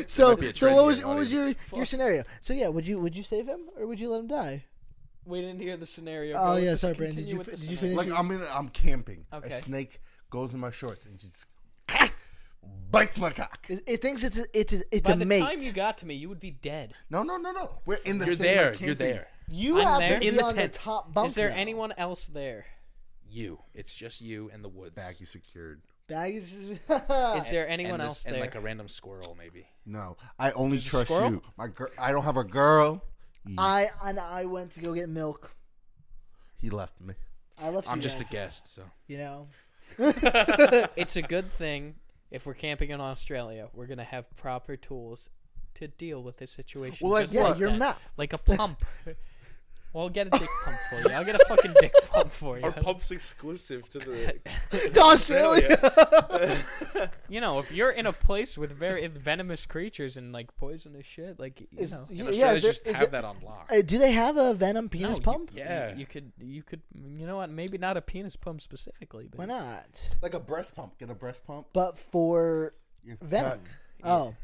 S1: So,
S4: Might be a
S1: so
S4: trend
S1: what
S4: here,
S1: was what was your
S4: audience.
S1: your scenario? So yeah, would you would you save him or would you let him die?
S2: We didn't hear the scenario.
S1: Oh,
S2: Go,
S1: yeah,
S2: just
S1: sorry, Brandon.
S2: continue
S1: Did you
S2: with
S1: fi-
S2: the
S1: did you
S2: scenario.
S1: finish?
S3: Like I'm in, I'm camping.
S2: Okay.
S3: A snake goes in my shorts and just bites my cock.
S1: It, it thinks it's a, it's a, it's
S2: By
S1: a
S2: the
S1: mate.
S2: time you got to me, you would be dead.
S3: No, no, no, no. We're in the
S4: You're
S3: same
S4: there.
S3: like,
S4: You're
S3: camping.
S4: there.
S1: You
S2: I'm
S1: have
S2: there.
S1: to be
S4: In the
S1: on
S4: tent.
S1: the top bunk.
S2: Is there
S1: now.
S2: anyone else there?
S4: You. It's just you and the woods.
S3: Back you secured.
S1: baggage?
S2: Is there anyone
S4: and
S2: else
S4: this,
S2: there?
S4: And like a random squirrel, maybe.
S3: No, I only
S2: a
S3: trust
S2: squirrel?
S3: you. My girl. I don't have a girl. He,
S1: I and I went to go get milk.
S3: he left me.
S1: I left.
S4: I'm
S1: you
S4: just a
S1: guys,
S4: guest, so
S1: You know.
S2: it's a good thing if we're camping in Australia, we're gonna have proper tools to deal with this situation.
S3: Well, like
S2: just
S1: Yeah,
S2: like
S1: your
S2: that.
S1: map.
S2: like a pump. well, I'll get a dick pump for you. I'll get a fucking dick pump for you.
S4: pump's exclusive to the
S1: To Australia.
S2: You know, if you're in a place with very venomous creatures and like poisonous shit, like you
S1: Is-
S2: know,
S1: yeah,
S4: And
S1: yeah,
S4: Australians
S1: is there,
S4: just
S1: is
S4: have
S1: there-
S4: that on lock.
S1: uh, do they have a venom
S2: no,
S1: penis
S2: you-
S1: pump?
S2: you-
S4: Yeah.
S2: you could, you could, you know what? Maybe not a penis pump specifically, but
S1: Why not?
S3: Like a breast pump. Get a breast pump.
S1: But for
S3: Your
S1: venom.
S3: cock.
S1: Oh.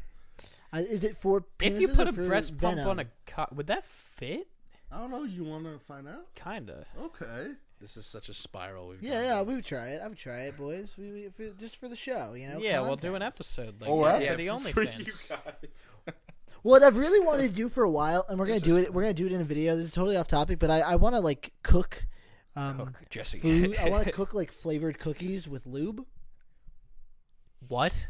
S1: I is it for
S2: if you
S1: penises
S2: put
S1: or
S2: a
S1: for
S2: breast pump
S1: venom?
S2: on a cock, would that fit?
S3: I don't know. You want to find out?
S2: Kinda.
S3: Okay.
S4: This is such a spiral. We've
S1: Yeah,
S4: gone
S1: yeah,
S4: down.
S1: we would try it. I would try it, boys. We, we for, just for the show, you know.
S2: yeah, we'll do an
S1: content.
S2: episode like
S3: Oh,
S2: that
S3: wow.
S2: for the
S4: for you
S2: OnlyFans.
S4: guys.
S1: What I've really wanted to do for a while, and we're gonna
S4: This
S1: do
S4: is
S1: it. We're gonna do it in a video. This is totally off topic, but I, I want to like cook, um,
S2: Cook, Jesse.
S1: food. I want to cook like flavored cookies with lube.
S2: What?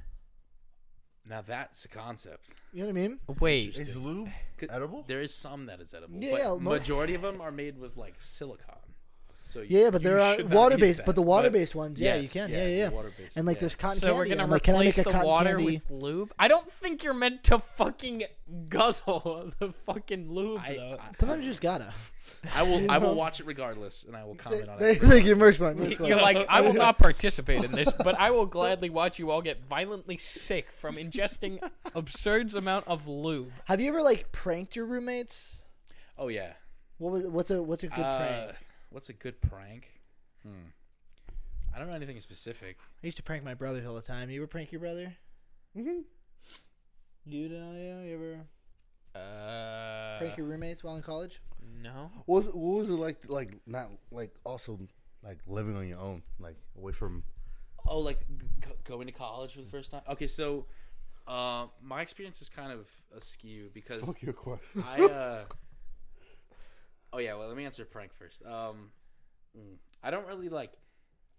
S4: Now that's a concept.
S1: You know what I mean?
S2: Wait.
S3: Is lube
S4: Could-
S3: edible?
S4: There is some that is edible,
S1: Yeah,
S4: but
S1: yeah, mo-
S4: majority of them are made with like silicon. So you-
S1: Yeah, but
S4: you
S1: there are
S4: should not
S1: water
S4: eat
S1: based,
S4: that,
S1: but the water based ones, yeah, you
S4: yes,
S1: can, yeah, yeah, yeah.
S4: the water-based,
S1: And like
S4: yeah.
S1: there's cotton
S2: So
S1: candy.
S2: we're gonna
S1: I'm like, can I
S2: replace
S1: make a
S2: the
S1: cotton
S2: water
S1: candy?
S2: with lube? I don't think you're meant to fucking guzzle the fucking lube
S4: I,
S2: though.
S4: I-
S1: Sometimes you just gotta.
S4: I will. I will watch it regardless, and I will comment on
S1: They
S4: it.
S1: like your merch button. merch
S2: you're
S1: button.
S2: like, I will not participate in this, but I will gladly watch you all get violently sick from ingesting absurd amount of lube.
S1: Have you ever like pranked your roommates?
S4: Oh yeah.
S1: What was what's a what's a good
S4: Uh,
S1: prank?
S4: what's a good prank? Hmm. I don't know anything specific.
S1: I used to prank my brothers all the time. You ever prank your brother? Mm-hmm. You don't yeah, you ever
S2: Uh,
S1: prank your roommates while in college?
S2: no.
S3: What was, what was it like? Like not like also like living on your own, like away from.
S4: Oh, like g- go- going to college for the first time. Okay, so uh, my experience is kind of askew because
S3: Fuck your question.
S4: I. Uh, oh yeah, well let me answer prank first. Um, mm, I don't really like.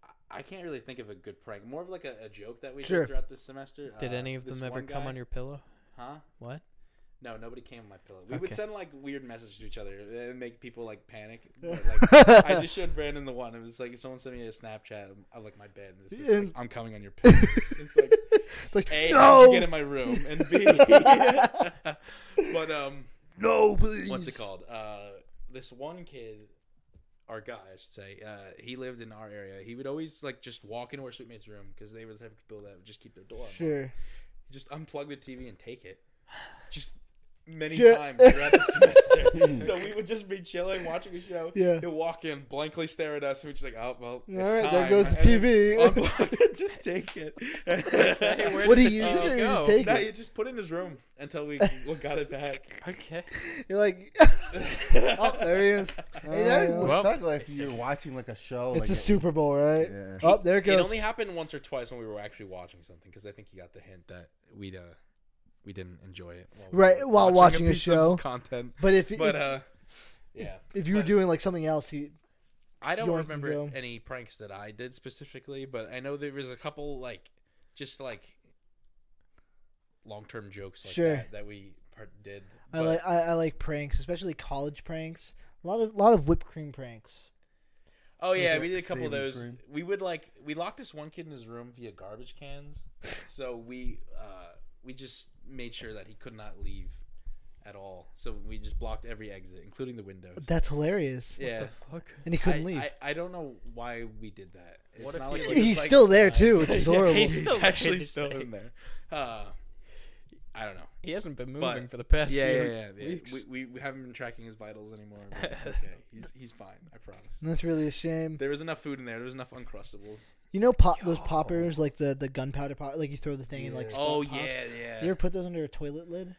S4: I- I can't really think of a good prank. More of like a, a joke that we
S1: Sure.
S4: did throughout this semester.
S2: Did
S4: Uh,
S2: any of
S4: this
S2: them ever
S4: one
S2: come
S4: guy-
S2: on your pillow?
S4: Huh?
S2: What?
S4: No, nobody came on my pillow. We would
S2: Okay.
S4: send like weird messages to each other and make people like panic. But, like, I just showed Brandon the one. It was like someone sent me a Snapchat of- of like my bed. And it's just, like,
S1: And-
S4: I'm coming on your pillow. it's like
S1: It's like
S4: a, how'd you
S1: no,
S4: get in my room, and B, but um,
S1: no, please.
S4: what's it called? Uh, this one kid, our guy, I should say, uh, he lived in our area. He would always like just walk into our suitemate's room because they were the type of people that would just keep their door unlocked.
S1: Sure.
S4: Just unplug the TV and take it. Just many
S1: Yeah.
S4: times throughout the semester. so we would just be chilling, watching a show.
S1: Yeah.
S4: He'll walk in, blankly stare at us, and we're just like, oh, well, it's
S1: All right,
S4: time.
S1: there goes the
S4: And then
S1: TV.
S4: unplug it, just take it.
S2: where
S1: Would
S2: did
S1: he use
S2: the
S1: it
S2: towel
S1: or you just
S2: Oh, go?
S1: take
S4: No,
S1: it?
S4: you just put it in his room until we we got it back.
S2: Okay.
S1: You're like, oh, there he is.
S3: Hey, that
S1: Oh,
S3: would
S2: Well-
S3: suck like if you're watching like a show.
S1: it's
S3: like
S1: a Super Bowl, right?
S3: Yeah.
S1: Oh, there it
S4: It
S1: goes.
S4: only happened once or twice when we were actually watching something because I think he got the hint that we'd uh, we didn't enjoy it. While we
S1: Right,
S4: were
S1: while watching a
S4: piece
S1: show.
S4: of content,
S1: but if
S4: but
S1: if,
S4: uh, yeah,
S1: if you were
S4: but
S1: doing like something else, you
S4: I don't
S1: your
S4: remember
S1: ego.
S4: any pranks that I did specifically, but I know there was a couple like just like long term jokes like
S1: Sure.
S4: that that we part- did.
S1: I like I, I like pranks, especially college pranks. A lot of lot of whipped cream pranks.
S4: Oh yeah,
S3: Like
S4: we
S3: a
S4: did a couple of
S3: saving
S4: those.
S3: cream.
S4: We would like we locked this one kid in his room via garbage cans, so we uh, we just made sure that he could not leave at all. So we just blocked every exit, including the windows.
S1: That's hilarious.
S4: yeah,
S2: The fuck?
S1: And he couldn't
S4: I,
S1: leave.
S4: I, I don't know why we did that. It's
S2: What if
S4: not
S2: he-
S4: like-
S1: He's
S4: like-
S1: still there too, which is horrible.
S2: he's still there
S4: actually
S2: to
S4: still
S2: stay.
S4: in there. Uh, I don't know.
S2: He hasn't been moving
S4: But-
S2: for the past
S4: Yeah,
S2: few
S4: yeah, yeah. yeah.
S2: weeks.
S4: We, we we haven't been tracking his vitals anymore. But it's okay. he's he's fine. I promise.
S1: That's really a shame.
S4: There was enough food in there. There was enough uncrustables.
S1: You know, pop those poppers, like the the gunpowder pop, like you throw the thing and like.
S3: Yeah.
S1: split
S4: Oh
S1: pops?
S4: yeah, yeah.
S1: You ever put those under a toilet lid?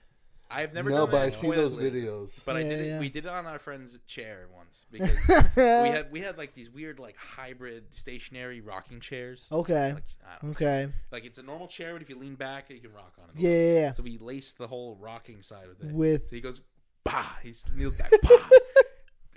S4: I've never
S3: no,
S4: done
S3: but
S4: that
S3: I
S4: in
S3: see
S4: toilet
S3: those
S4: lid,
S3: videos.
S4: But I
S1: Yeah,
S4: did it.
S1: yeah.
S4: We did it on our friend's chair once because we had we had like these weird like hybrid stationary rocking chairs.
S3: Oh.
S1: okay.
S4: Like, I don't know.
S1: Okay.
S4: like it's a normal chair, but if you lean back, you can rock on it. a
S1: Yeah,
S4: lot.
S1: yeah, yeah.
S4: So we laced the whole rocking side with it.
S1: With-
S4: so he goes bah. He's kneels back bah.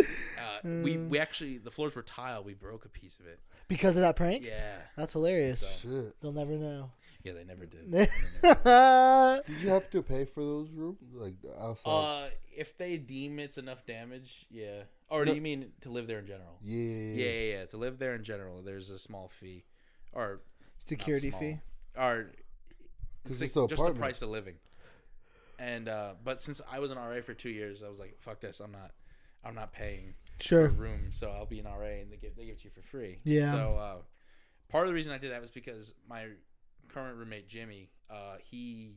S4: Uh, we we actually the floors were tile. We broke a piece of it.
S1: Because of that prank?
S4: Yeah,
S1: That's hilarious.
S3: Shit.
S1: They'll never know.
S4: yeah. They never did.
S1: That's
S3: Did you have to pay for those rooms? Like outside?
S4: uh, if they deem it's enough damage, yeah. Or do you mean to live there in general?
S3: yeah.
S4: Yeah, yeah, yeah. To live there in general, there's a small fee, or not
S1: Security
S4: small,
S1: fee.
S4: or it's
S3: 'Cause
S4: like
S3: it's the
S4: just the
S3: apartment.
S4: price of living. And uh, but since I was an RA for two years, I was like, "Fuck this! I'm not, I'm not paying for a
S1: Sure.
S4: room, so I'll be an RA, and they give they give it to you for free."
S1: Yeah.
S4: So uh, part of the reason I did that was because my current roommate Jimmy, uh, he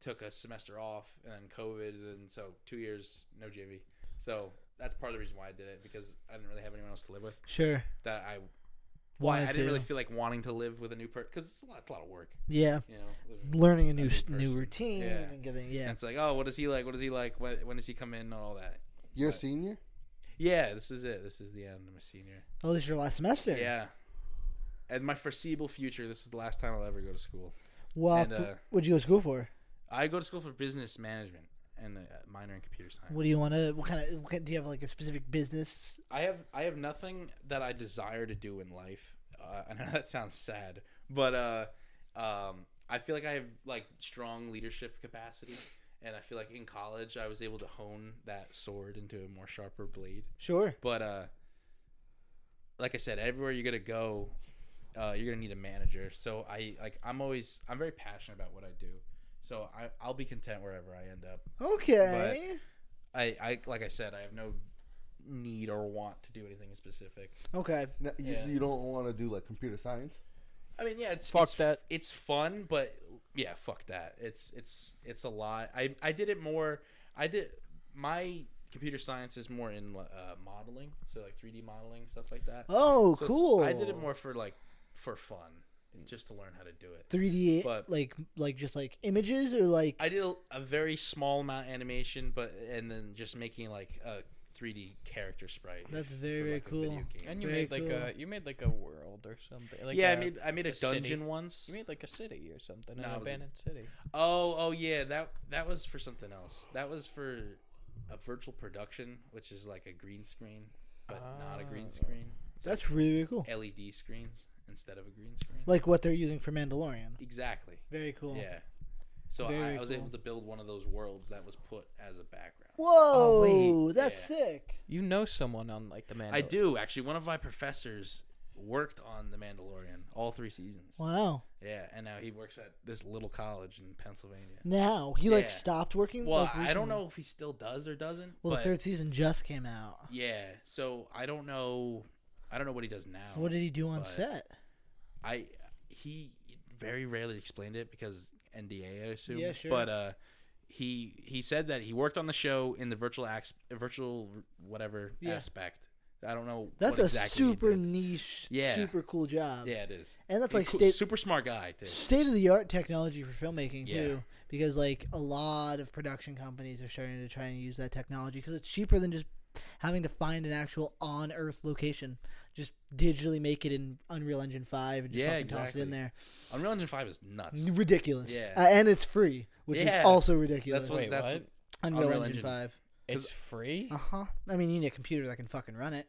S4: took a semester off, and then COVID, and so two years no Jimmy. So that's part of the reason why I did it because I didn't really have anyone else to live with
S1: Sure.
S4: that I why I
S1: Wanted
S4: didn't
S1: to.
S4: really feel like wanting to live with a new person because it's a lot, it's a lot of work,
S1: yeah.
S4: you know. living-
S1: Learning a
S4: new
S1: new s- new
S4: person.
S1: routine
S4: Yeah.
S1: and getting
S4: and
S1: yeah.
S4: it's like, oh, what is he like? What is he like? When, when does he come in and all that?
S3: You're a senior?
S4: Yeah, this is it. This is the end. I'm a senior.
S1: Oh, this is your last semester.
S4: Yeah. And my foreseeable future, this is the last time I'll ever go to school.
S1: Well,
S4: And,
S1: f-
S4: uh,
S1: what'd you go to school for?
S4: I go to school for business management and a minor in computer science.
S1: What do you want to? What kind of? What, kind- do you have like a specific business?
S4: I have I have nothing that I desire to do in life. Uh, I know that sounds sad, but uh, um, I feel like I have like strong leadership capacity, and I feel like in college I was able to hone that sword into a more sharper blade.
S1: Sure.
S4: But uh, like I said, everywhere you're gonna go, uh, you're gonna need a manager. So I like I'm always I'm very passionate about what I do. So I, I'll be content wherever I end up.
S1: Okay.
S4: I, I like I said, I have no need or want to do anything specific.
S1: okay.
S3: No, you,
S4: Yeah.
S3: you don't want to do like computer science?
S4: I mean, yeah, it's
S2: Fuck
S4: it's,
S2: that.
S4: It's fun, but yeah, fuck that. It's it's it's a lot. I I did it more. I did my computer science is more in uh, modeling, so like three D modeling stuff like that.
S1: Oh,
S4: So it's-
S1: cool.
S4: I did it more for like for fun, just to learn how to do it.
S1: 3D,
S4: but-
S1: like like just like images or like.
S4: I did a, a very small amount of animation, but and then just making like a three D character sprite.
S1: That's
S4: for,
S1: very, very
S4: like, a video
S1: cool.
S4: game.
S2: and you
S1: Very
S2: made like
S1: cool.
S2: a you made like a world or something. Like
S4: yeah,
S2: I
S4: I made I made a,
S2: a city.
S4: dungeon once.
S2: You made like a city or something,
S4: No, it
S2: an
S4: was a-
S2: abandoned city.
S4: Oh, oh yeah, that that was for something else. That was for a virtual production, which is like a green screen, but not a
S1: Oh.
S4: green screen. It's
S1: That's really really cool.
S4: like LED screens instead of a green screen.
S1: Like what they're using for Mandalorian.
S4: exactly.
S1: Very cool.
S4: Yeah. So I,
S1: Very
S4: I was
S1: cool.
S4: able to build one of those worlds that was put as a background.
S1: Whoa, that's
S4: Oh, Yeah.
S1: sick.
S2: You know someone on like the man.
S4: I do actually. One of my professors worked on The Mandalorian all three seasons.
S1: Wow.
S4: Yeah, and now he works at this little college in Pennsylvania.
S1: Now he like
S4: Yeah.
S1: stopped working.
S4: Well,
S1: like,
S4: I don't
S1: recently.
S4: know if he still does or doesn't.
S1: Well,
S4: but
S1: the third season just came out.
S4: yeah, so I don't know. I don't know what he does now.
S1: What did he do on
S4: but-
S1: set?
S4: I he very rarely explained it because NDA, I assume.
S1: Yeah, sure.
S4: But uh, he he said that he worked on the show in the virtual ax- virtual whatever
S1: Yeah.
S4: aspect. I don't know.
S1: That's a
S4: what exactly he
S1: super
S4: did.
S1: niche,
S4: Yeah.
S1: super cool job.
S4: Yeah, it is.
S1: And that's
S4: He's
S1: like
S4: cool-
S1: state-
S4: super smart guy too.
S1: State of the art technology for filmmaking
S4: Yeah.
S1: too, because like a lot of production companies are starting to try and use that technology because it's cheaper than just having to find an actual on Earth location. Just digitally make it in Unreal Engine Five and just
S4: Yeah,
S1: fucking toss it in
S4: exactly.
S1: there.
S4: Unreal Engine Five is nuts.
S1: Ridiculous.
S4: Yeah.
S1: Uh, and it's free, which
S4: Yeah.
S1: is also ridiculous.
S4: That's what.
S2: Wait,
S4: that's
S2: what?
S4: what-
S1: Unreal,
S4: Unreal
S1: Engine,
S4: Engine.
S1: Five.
S2: It's free.
S1: Uh huh. I mean, you need a computer that can fucking run it.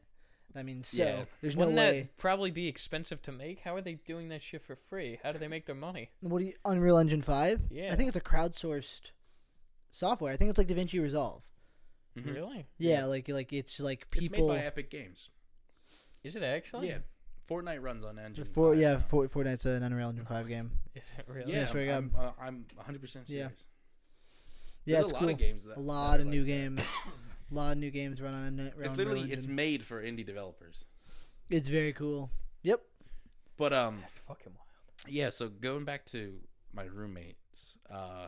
S1: I mean, so
S4: Yeah.
S1: there's no
S2: Wouldn't
S1: way.
S2: that probably be expensive to make? How are they doing that shit for free? How do they make their money?
S1: What do you Unreal Engine Five?
S2: Yeah.
S1: I think it's a crowdsourced software. I think it's like DaVinci Resolve.
S4: Mhm.
S2: Really?
S1: Yeah, like like it's like
S4: It's made
S1: people
S4: by Epic Games.
S2: Is it actually?
S4: Yeah, Fortnite runs on Engine.
S1: for
S4: 5
S1: yeah,
S4: now.
S1: for, Fortnite's an Unreal Engine Five game.
S2: Is it really?
S4: yeah.
S1: I swear to
S4: I'm,
S1: God.
S4: uh, I'm 100 percent
S1: Yeah.
S4: serious.
S1: Yeah,
S4: There's
S1: it's
S4: a lot
S1: cool.
S4: of games that
S1: a
S4: that
S1: lot
S4: are
S1: of new
S4: like that.
S1: games. A lot of new games run on Unreal
S4: It's
S1: Unreal
S4: literally it's
S1: Engine.
S4: made for indie developers.
S1: It's very cool. Yep.
S4: But um,
S2: That's fucking wild.
S4: yeah. So going back to my roommates, uh,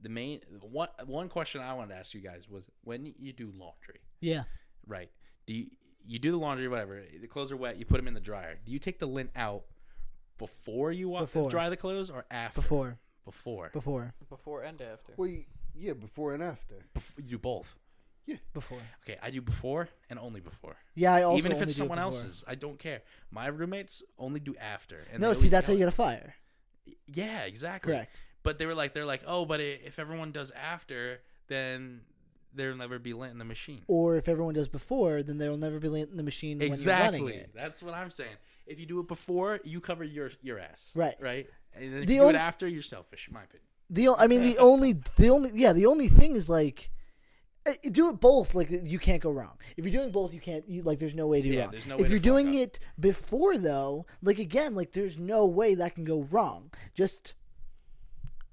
S4: the main one one question I wanted to ask you guys was when you do laundry,
S1: Yeah.
S4: right? Do you you do the laundry, whatever? The clothes are wet. You put them in the dryer. Do you take the lint out before you wa-
S1: Before.
S4: dry the clothes or after?
S1: Before.
S4: Before.
S1: Before.
S2: Before and after.
S3: Wait, yeah, before and after.
S4: Bef- you do both.
S1: Before.
S4: Okay, I do before and only before.
S1: Yeah, I also
S4: Even if
S1: only
S4: it's
S1: do it
S4: someone
S1: before.
S4: else's, I don't care. My roommates only do after. And
S1: No,
S4: they
S1: see,
S4: always
S1: that's how
S4: yell
S1: you get a fire.
S4: Yeah, exactly.
S1: Correct.
S4: But they were like, they're like, oh, but i if everyone does after, then there'll never be lint in the machine.
S1: Or if everyone does before, then they'll never be in the machine when you're running
S4: Exactly.
S1: it.
S4: That's what I'm saying. If you do it before, you cover your your ass.
S1: Right.
S4: Right. And then if
S1: The
S4: you do it
S1: only-
S4: after, you're selfish, in my opinion.
S1: The o- I mean the only the only yeah the only thing is like eh, do it both like you can't go wrong. If you're doing both, you can't you, like there's no way to
S4: Yeah,
S1: wrong.
S4: there's no way
S1: if
S4: to
S1: you're
S4: fuck
S1: doing
S4: up.
S1: it before though, like again like there's no way that can go wrong. Just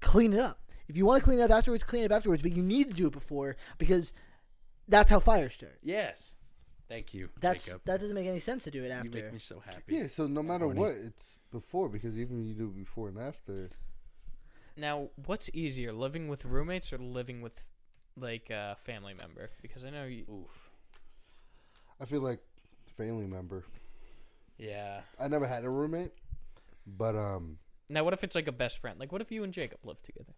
S1: clean it up. If you want to clean it up afterwards, clean it up afterwards. But you need to do it before because that's how fires start.
S4: Yes. Thank you.
S1: That's
S4: Jacob.
S1: that doesn't make any sense to do it
S4: you
S1: after.
S4: make me so happy.
S3: Yeah, so no matter what, it's before because even if you do before and after,
S2: Now, what's easier, living with roommates or living with like a family member? Because I know you.
S4: Oof.
S3: I feel like family member.
S4: Yeah.
S3: I never had a roommate, but um,
S2: Now, what if it's like a best friend? Like, what if you and Jacob live together?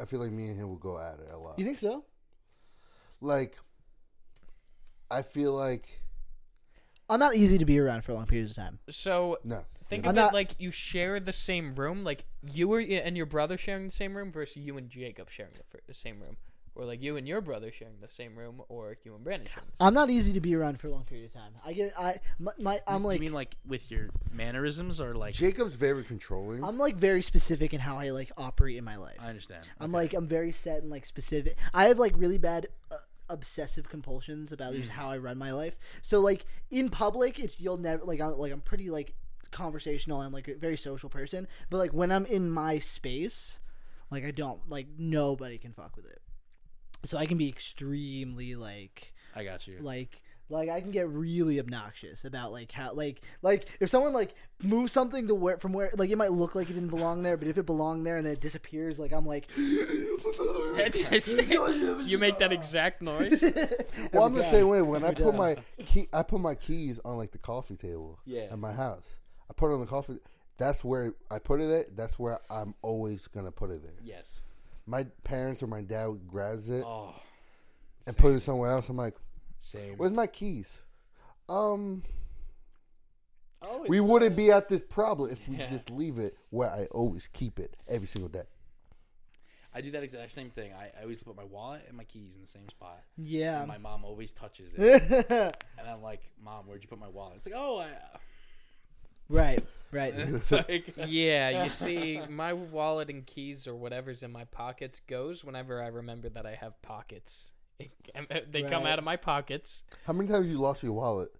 S3: I feel like me and him will go at it a lot.
S1: You think so?
S3: Like, I feel like
S1: I'm not easy to be around for long periods of time.
S2: So
S3: no.
S2: think
S1: I'm
S2: of
S1: not-
S2: it like you share the same room, like you were and your brother sharing the same room versus you and Jacob sharing the, fir- the same room, or like you and your brother sharing the same room, or you and Brandon. Sharing the same.
S1: I'm not easy to be around for a long period of time. I get I my, my I'm like
S4: you mean like with your mannerisms or like?
S3: Jacob's very controlling.
S1: I'm like very specific in how I like operate in my life.
S4: I understand.
S1: I'm like I'm very set and like specific. I have like really bad uh, obsessive compulsions about just how I run my life. So like in public, it's you'll never like I'm like I'm pretty like conversational. I'm like a very social person, but like when I'm in my space, like I don't like nobody can fuck with it. So I can be extremely like
S4: I got you.
S1: like like I can get really obnoxious about like how like like if someone like moves something to where from where like it might look like it didn't belong there, but if it belonged there and then it disappears, like I'm like
S2: you make that exact noise.
S3: well, I'm the
S1: time.
S3: same way. When I
S1: Every
S3: put
S1: time.
S3: my key, I put my keys on like the coffee table.
S4: Yeah.
S3: At my house, I put it on the coffee. That's where I put it. At, that's where I'm always gonna put it there.
S4: Yes.
S3: My parents or my dad grabs it
S4: Oh.
S3: and put it somewhere else. I'm like,
S4: Same.
S3: "Where's my keys?" Um,
S4: oh,
S3: we wouldn't be at this problem if we just leave it where I always keep it every single day.
S4: I do that exact same thing. I, I always put my wallet and my keys in the same spot.
S1: Yeah.
S4: And my mom always touches it. and I'm like, Mom, where'd you put my wallet? It's like, oh, I,
S1: Right. Right.
S4: It's like,
S2: Yeah, you see, my wallet and keys or whatever's in my pockets goes whenever I remember that I have pockets. they come
S1: Right.
S2: out of my pockets.
S3: How many times you lost your wallet?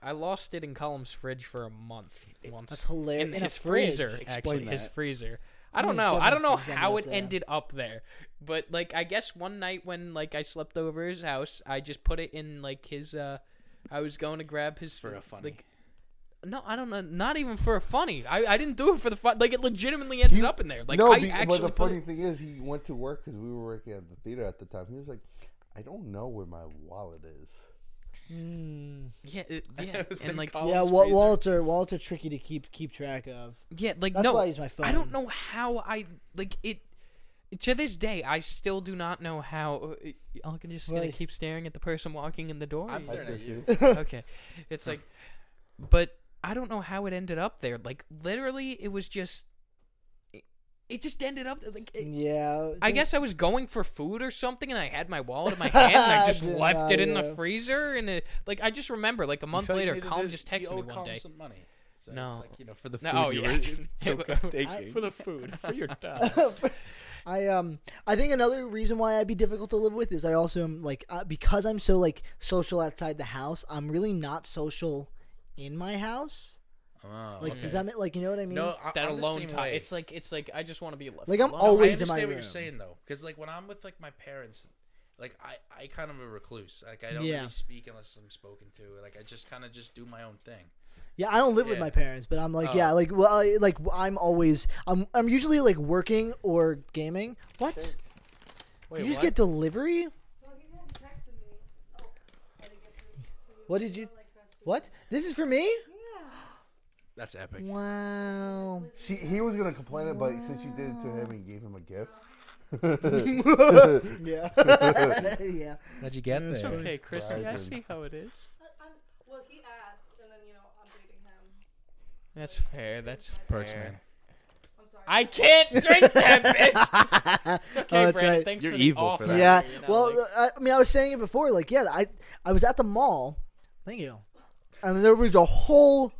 S2: I lost it in Cullum's fridge for a month once.
S1: That's hilarious.
S2: In,
S1: In a
S2: his freezer,
S1: fridge.
S2: actually,
S5: Explain
S2: his
S5: that.
S2: freezer. I don't
S1: he's
S2: know.
S1: done
S2: I don't
S1: that-
S2: know
S1: he's done
S2: how
S1: that
S2: it
S1: there.
S2: ended up there, but like I guess one night when like I slept over his house, I just put it in like his. uh I was going to grab his
S4: for a funny.
S2: Like, no, I don't know. Not even for a funny. I, I didn't do it for the fun. Like it legitimately ended
S3: You-
S2: up in there. Like
S3: no,
S2: I
S3: be-
S2: actually
S3: but the
S2: put
S3: funny
S2: it-
S3: thing is, he went to work because we were working at the theater at the time. He was like, "I don't know where my wallet is."
S1: Mm.
S2: yeah, it- yeah,
S4: It was in
S2: and like
S4: Cullum's
S1: Yeah, Wa-
S4: freezer.
S1: wallets are wallets are tricky to keep keep track of.
S2: yeah, like
S1: That's
S2: no.
S1: why I use my phone.
S2: I don't know how I like it. To this day, I still do not know how. uh, I'm just gonna
S1: Right.
S2: keep staring at the person walking in the door.
S4: I'm
S2: Is-
S4: staring at you.
S2: okay, it's like, but I don't know how it ended up there. Like literally, it was just. It, it just ended up like. It,
S1: Yeah.
S2: I
S1: think-
S2: guess I was going for food or something, and I had my wallet in my hand, and I just
S1: Yeah,
S2: left it in the
S1: yeah.
S2: freezer, and it, like I just remember, like a month
S4: felt you
S2: later,
S4: needed
S2: Colin
S4: to-
S2: just
S4: you
S2: texted me
S4: owed
S2: one
S4: Colin
S2: day.
S4: Some money. So
S2: No.
S4: it's like, you know, for the food
S2: No, oh
S4: you
S2: yeah,
S4: were took up taking.
S2: for the food, for your time.
S1: I um I think another reason why I'd be difficult to live with is I also am like uh, because I'm so like social outside the house. I'm really not social in my house.
S4: Oh,
S1: Like
S4: okay.
S1: does that mean, like you know what I mean?
S4: no, I,
S2: that
S4: I'm the
S2: alone
S4: same
S2: time.
S4: way.
S2: It's like it's like I just want to be left.
S1: Like, I'm
S2: alone.
S1: always-
S4: I
S1: in my
S4: understand what you're
S1: room.
S4: saying though, because like when I'm with like my parents, like I I kind of a recluse. Like I don't
S1: Yeah.
S4: really speak unless I'm spoken to. Like I just kind of just do my own thing.
S1: Yeah, I don't live with
S4: Yeah.
S1: my parents, but I'm like
S4: Oh.
S1: yeah, like well, I, like I'm always I'm I'm usually like working or gaming. What?
S2: Wait,
S1: you just
S2: what?
S1: get delivery?
S6: Well, he didn't text me. Oh, I didn't get this.
S1: What did you-
S6: Like fast food.
S1: What? This is for me?
S6: Yeah.
S4: That's epic.
S1: Wow.
S3: She, he was gonna complain about it since you did it to him and gave him a gift.
S1: Yeah. yeah.
S4: How'd you get
S2: It's okay, Chrissy. I
S3: Verizon.
S2: see how it is.
S6: But I'm, well, he asked, and then you know I'm dating him. So
S2: That's
S6: it
S2: fair,
S6: seems
S2: that's
S6: like
S4: Perks,
S6: I
S4: man.
S6: was- I'm sorry.
S2: I can't drink that bitch. It's okay,
S1: Oh, that's
S2: Brandon.
S1: right.
S2: Thanks
S4: You're
S2: for the
S4: evil for
S2: offer,
S4: that.
S1: Yeah.
S2: you know,
S1: well,
S2: like-
S1: uh, I mean, I was saying it before. Like, yeah, I I was at the mall. Thank you. And there was a whole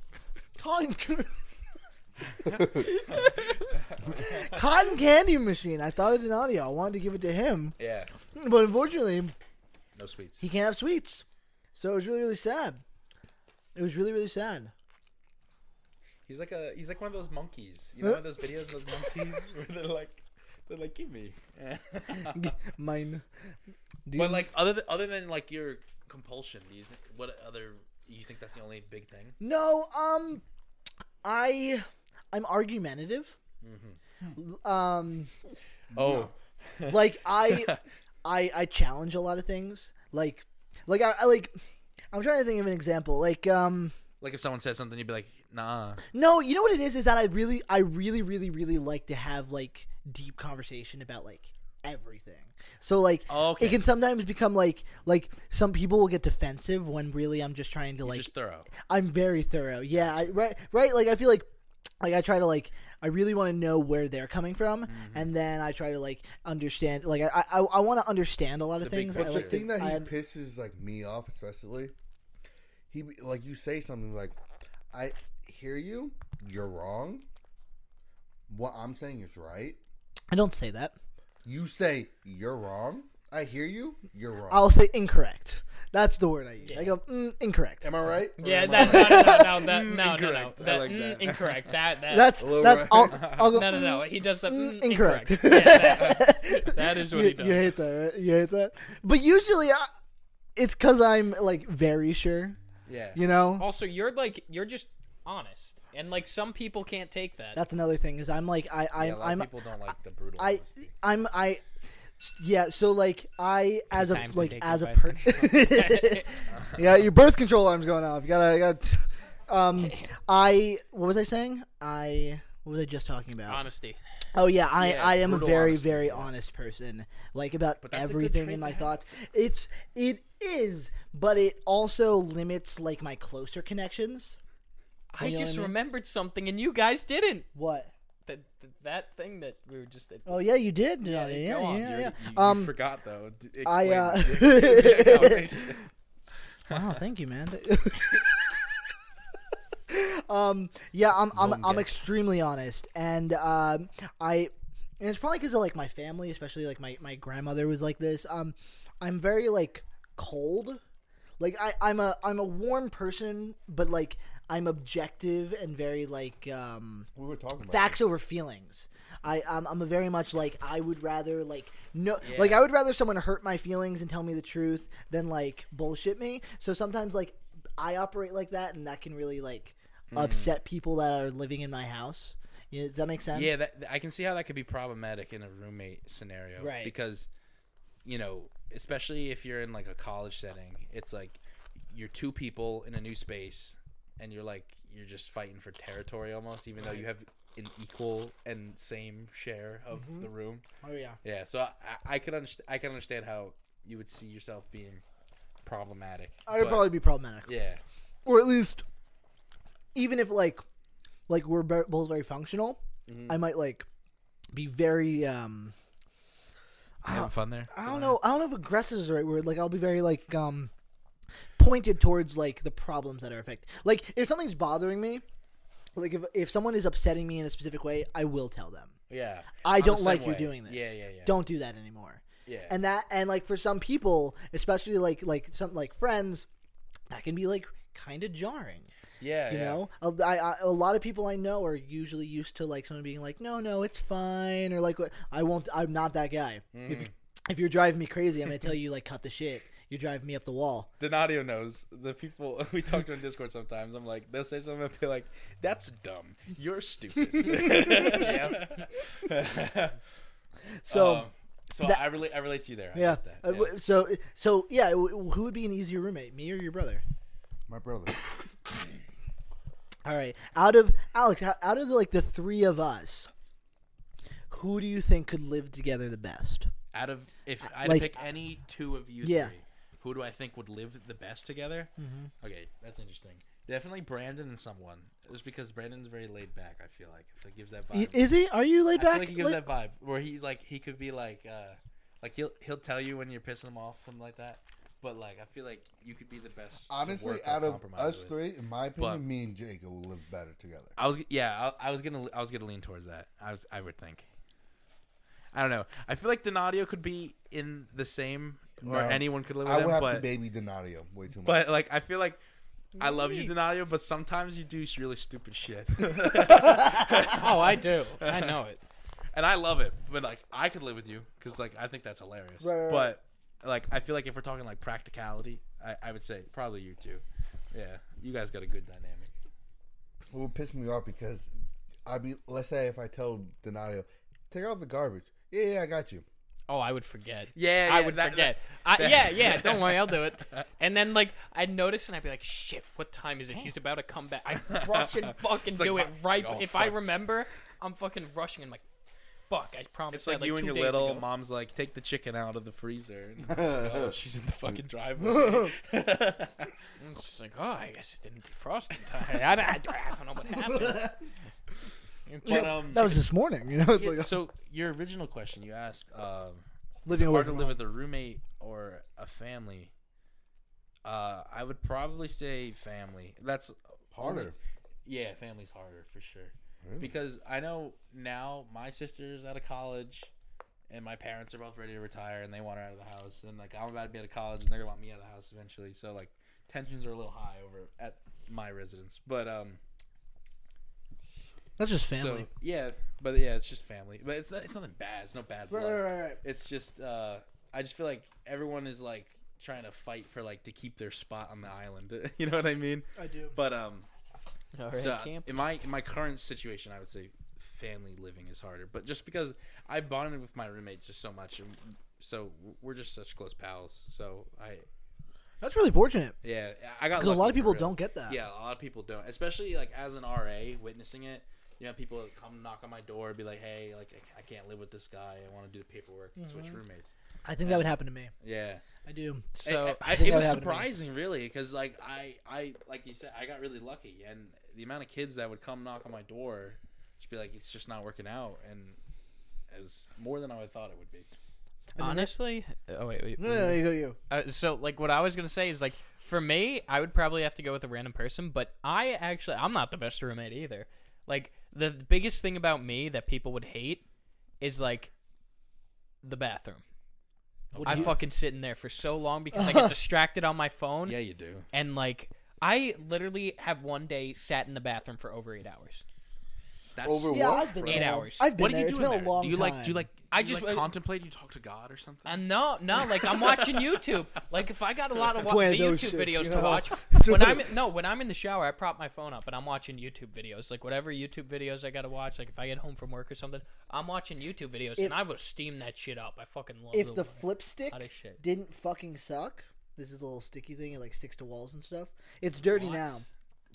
S1: cotton cotton candy machine. I thought it in audio. I wanted to give it to him,
S4: Yeah.
S1: but unfortunately,
S4: No sweets.
S1: he can't have sweets. So it was really, really sad. It was really, really sad.
S4: He's like a he's like one of those monkeys. You know those videos of those monkeys where they're like they're like give me.
S1: Mine. Do
S4: but
S1: you-
S4: like other than, other than like your compulsion, do you think what other you think that's the only big thing?
S1: No, um, I, I'm argumentative.
S2: Mm-hmm.
S1: Um,
S4: Oh,
S1: like I, I, I challenge a lot of things. Like, like I, I like, I'm trying to think of an example. Like, um,
S4: like if someone says something, you'd be like, nah.
S1: no, you know what it is is that I really, I really, really, really like to have like deep conversation about like everything. So like,
S4: Oh, Okay.
S1: it can sometimes become like, like some people will get defensive when really I'm just trying to like
S4: just thorough.
S1: I'm very thorough. Yeah, I, right, right. Like I feel like, like I try to like, I really want to know where they're coming from,
S4: Mm-hmm.
S1: and then I try to like understand. Like I, I, I want to understand a lot of
S4: The big
S1: things. I
S4: picture.
S3: But the
S1: like to-
S3: thing that he
S1: I-
S3: pisses like me off, especially, he be- like you say something like, "I hear you. You're wrong. What I'm saying is right."
S1: I don't say that.
S3: You say you're wrong. I hear you. You're wrong.
S1: I'll say incorrect. That's the word I use. I go mm, incorrect.
S3: Am I right? Or
S2: yeah,
S3: am I
S2: that,
S3: wrong?
S2: no, no, no, that, no, no, no,
S4: incorrect. I
S2: that,
S4: like
S2: mm,
S4: that.
S2: incorrect. That, that,
S1: That's
S3: Hello,
S1: that's. I'll,
S3: Ryan.
S1: I'll go.
S2: no, no, no.
S1: mm,
S2: He does the
S1: mm,
S2: mm,
S1: incorrect.
S2: incorrect. Yeah, that, that is what
S1: you,
S2: he does.
S1: you hate that, right? You hate that. But usually, I, it's because I'm like very sure.
S4: Yeah.
S1: You know.
S4: Oh.
S2: Also, you're like you're just honest, and like some people can't take that.
S1: That's another thing is I'm like I I'm
S4: Yeah, a lot
S1: I'm
S4: of people don't like the brutal.
S1: I
S4: honesty.
S1: I'm I yeah, so like I as a
S2: Times
S1: like
S2: to take
S1: as a
S2: your
S1: per Yeah, your birth control arm's going off. You gotta you gotta um I what was I saying? I what was I just talking about?
S2: Honesty.
S1: Oh yeah, I,
S4: Yeah,
S1: I am a
S4: brutal
S1: very
S4: honesty,
S1: very honest person, like about
S4: that's a good
S1: everything
S4: trait
S1: in
S4: to
S1: my
S4: have.
S1: thoughts. It's it is, but it also limits like my closer connections.
S2: I
S1: You know
S2: just
S1: what I mean?
S2: remembered something, and you guys didn't.
S1: What?
S2: That that thing that we were just.
S1: Oh yeah, you did. Yeah,
S2: go
S1: yeah,
S2: on.
S1: yeah.
S4: You-
S1: yeah.
S4: you- you
S1: Um,
S4: forgot though. D-
S1: I uh,
S4: explain
S1: wow, thank you, man. Um, yeah, I'm I'm, I'm
S4: Longa.
S1: extremely honest, and um, I and it's probably because of like my family, especially like my my grandmother was like this. Um, I'm very like cold. Like I I'm a I'm a warm person, but like I'm objective and very like um
S3: We were talking about
S1: facts over feelings. I I'm, I'm a very much like I would rather like no like I would rather someone hurt my feelings and tell me the truth than like bullshit me. So sometimes like I operate like that, and that can really like
S4: Mm.
S1: upset people that are living in my house. Yeah, does that make sense?
S4: Yeah, that, I can see how that could be problematic in a roommate scenario.
S1: Right.
S4: Because, you know, especially if you're in like a college setting, it's like you're two people in a new space and you're like, you're just fighting for territory almost, even though you have an equal and same share of the room.
S1: oh yeah.
S4: Yeah. So I, I, I, could underst- I can understand how you would see yourself being problematic.
S1: I would
S4: but-
S1: probably be problematic,
S4: Yeah.
S1: or at least even if like like we're bo- both very functional,
S4: Mm-hmm.
S1: I might like be very um
S4: Having fun there?
S1: I don't know. I don't know if aggressive is the right word. Like I'll be very like um pointed towards like the problems that are affected. Like if something's bothering me, like if if someone is upsetting me in a specific way, I will tell them.
S4: Yeah.
S1: I
S4: I'm the
S1: don't
S4: same
S1: like you
S4: way.
S1: doing this.
S4: Yeah, yeah, yeah.
S1: Don't do that anymore.
S4: Yeah.
S1: And that and like for some people, especially like like some like friends, that can be like kind of jarring.
S4: yeah.
S1: You
S4: yeah.
S1: know, a, I, I, a lot of people I know are usually used to like someone being like, "No, no, it's fine," or like, "What- "I won't." I'm not that guy. If,
S4: Mm.
S1: you- if you're driving me crazy, I'm gonna tell you like, "Cut the shit." You're driving me up the wall.
S4: Donadio knows the people we talk to on Discord sometimes. I'm like, they'll say something and be like, "That's dumb. You're stupid."
S1: So
S4: Um, so
S1: that-
S4: I relate. I relate to you there. I
S1: yeah,
S4: get that.
S1: Uh,
S4: yeah.
S1: w- so so yeah. w- Who would be an easier roommate, me or your brother?
S3: my brother.
S1: All right, out of Alex, ho- out of the, like the three of us, who do you think could live together the best?
S4: Out of if I had
S1: like-
S4: to pick any two of you
S1: Yeah.
S4: three, who do I think would live the best together? Mm-hmm. Okay, that's interesting. Definitely Brandon and someone. Just because Brandon's very laid back. I feel like if it gives that
S1: Y-
S4: vibe.
S1: Is he? Are you laid
S4: I feel
S1: back?
S4: like he gives
S1: Like-
S4: that vibe where he like he could be like uh like he'll he'll tell you when you're pissing him off something like that. But like I feel like you could be the best. to
S3: Honestly,
S4: work or
S3: out of
S4: compromise
S3: us
S4: with.
S3: three, in my
S4: But-
S3: opinion, me and Jacob will live better together.
S4: I was yeah I, I was gonna I was gonna lean towards that. I was I would think. I don't know. I feel like Donadio could be in the same or
S3: No.
S4: anyone could live with
S3: I would
S4: him,
S3: have
S4: but
S3: to baby Donadio way too much.
S4: but like I feel like. I love you, Donadio, but sometimes you do really stupid shit,
S2: Oh, I do. I know it.
S4: and I love it. But like, I could live with you because like I think that's hilarious.
S1: Right, right, right.
S4: but like, I feel like if we're talking like practicality, I, I would say probably you two. Yeah, you guys got a good dynamic.
S3: It would piss me off because I'd be let's say if I tell Donadio, take out the garbage. Yeah, yeah, I got you.
S2: Oh, I would forget.
S4: Yeah,
S2: I
S4: yeah,
S2: would
S4: that-
S2: forget. I,
S4: that-
S2: yeah, yeah. Don't worry, I'll do it. And then like I'd notice, and I'd be like, "Shit, what time is it? He's about to come back." I rush and fucking
S4: like
S2: do
S4: my-
S2: it right.
S4: it's like, oh,
S2: if I
S4: fuck.
S2: remember, I'm fucking rushing and like, "Fuck!" I promised.
S4: It's like,
S2: that,
S4: you and
S2: two
S4: your
S2: days
S4: little
S2: ago.
S4: mom's like, take the chicken out of the freezer. And, oh, she's in the fucking driveway.
S2: And It's just like, oh, I guess it didn't defrost in time. I, don't- I don't- I don't know what happened.
S4: but um,
S1: that was this morning. You know, it's
S4: yeah,
S1: like
S4: so your original question you asked, um,
S1: living away
S4: hard to
S1: from
S4: live
S1: home.
S4: with a roommate or a family. Uh, I would probably say family. That's
S3: Harder.
S4: Yeah, family's harder for sure. Because I know now my sister's out of college and my parents are both ready to retire and they want her out of the house and like I'm about to be out of college and they're gonna want me out of the house eventually. So like tensions are a little high over at my residence. But um
S1: That's just family.
S4: so yeah, but yeah, it's just family. But it's it's nothing bad. It's no bad blood.
S1: right, right, right, right.
S4: It's just uh I just feel like everyone is like trying to fight for like to keep their spot on the island. you know what I mean?
S1: I do.
S4: But um
S2: All right,
S4: so
S2: camp.
S4: in my in my current situation, I would say family living is harder, but just because I bonded with my roommates just so much, and so we're just such close pals. So I
S1: That's really fortunate.
S4: yeah, I got
S1: Because a
S4: lucky
S1: lot of
S4: for
S1: people
S4: real.
S1: don't get that.
S4: Yeah, a lot of people don't, especially like as an RA witnessing it. You know, people that come knock on my door, and be like, "Hey, like I- I can't live with this guy. I want to do the paperwork and
S1: Mm-hmm.
S4: switch roommates."
S1: I think that would happen to me.
S4: Yeah,
S1: I do.
S2: So
S4: I, I,
S1: think
S4: it
S1: that would
S4: was
S1: happen to me.
S4: surprising, really, because like I, I, like you said, I got really lucky, and the amount of kids that would come knock on my door, just be like, "It's just not working out," and it was more than I would thought it would be.
S2: honestly, oh wait, wait.
S1: No, no, no, you go, you.
S2: Uh, so like what I was gonna say is like For me, I would probably have to go with a random person, but I actually I'm not the best roommate either. Like the biggest thing about me that people would hate is like the bathroom. I fucking sit in there for so long because I get distracted on my phone
S4: Yeah, you do.
S2: and like I literally have one day sat in the bathroom for over 8 hours.
S4: That's
S3: Over
S1: Yeah,
S3: what?
S1: I've been
S2: Eight
S1: there.
S2: hours.
S1: I've been
S4: what do
S1: there.
S4: you
S1: It's
S4: do
S1: been
S4: in
S1: a
S4: there?
S1: long
S4: do you like
S1: time.
S4: do you like
S2: I
S4: do you,
S2: just-
S4: like,
S2: I-
S4: contemplate? You talk to God or something?
S2: And Uh, no, no, like I'm watching YouTube. Like if I got a lot of wa-
S1: It's one of
S2: YouTube
S1: those shits,
S2: videos
S1: you
S2: to
S1: know?
S2: watch,
S1: It's
S2: when
S1: one
S2: I'm
S1: of-
S2: no, when I'm in the shower, I prop my phone up and I'm watching YouTube videos. Like whatever YouTube videos I got to watch. Like if I get home from work or something, I'm watching YouTube videos
S1: If-
S2: and I will steam that shit up. I fucking love
S1: if the
S2: water.
S1: flip stick
S2: Hot as shit.
S1: didn't fucking suck, this is a little sticky thing. It like sticks to walls and stuff. It's dirty now.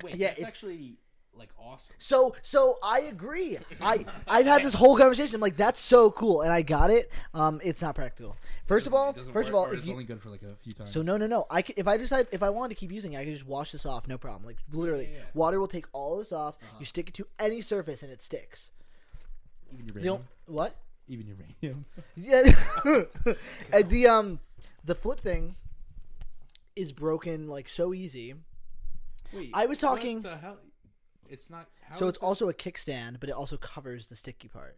S5: Wait,
S1: Yeah,
S5: that's
S1: it's-
S5: actually like awesome.
S1: So so I agree. I I've had this whole conversation. I'm like, that's so cool, and I got it. Um, it's not practical. First of all, first of all, if
S5: it's
S1: you,
S5: only good for like a few times.
S1: so no no no. I could, if I decide if I wanted to keep using it, I could just wash this off, no problem. Like literally, water will take all this off. You stick it to any surface and it sticks.
S5: even uranium.
S1: The, on- what?
S5: even uranium.
S1: Yeah. And the um the flip thing is broken like so easy.
S4: Wait,
S1: I was talking-
S4: What the hell? It's not. How
S1: so
S4: is
S1: it's also a kickstand, but it also covers the sticky part.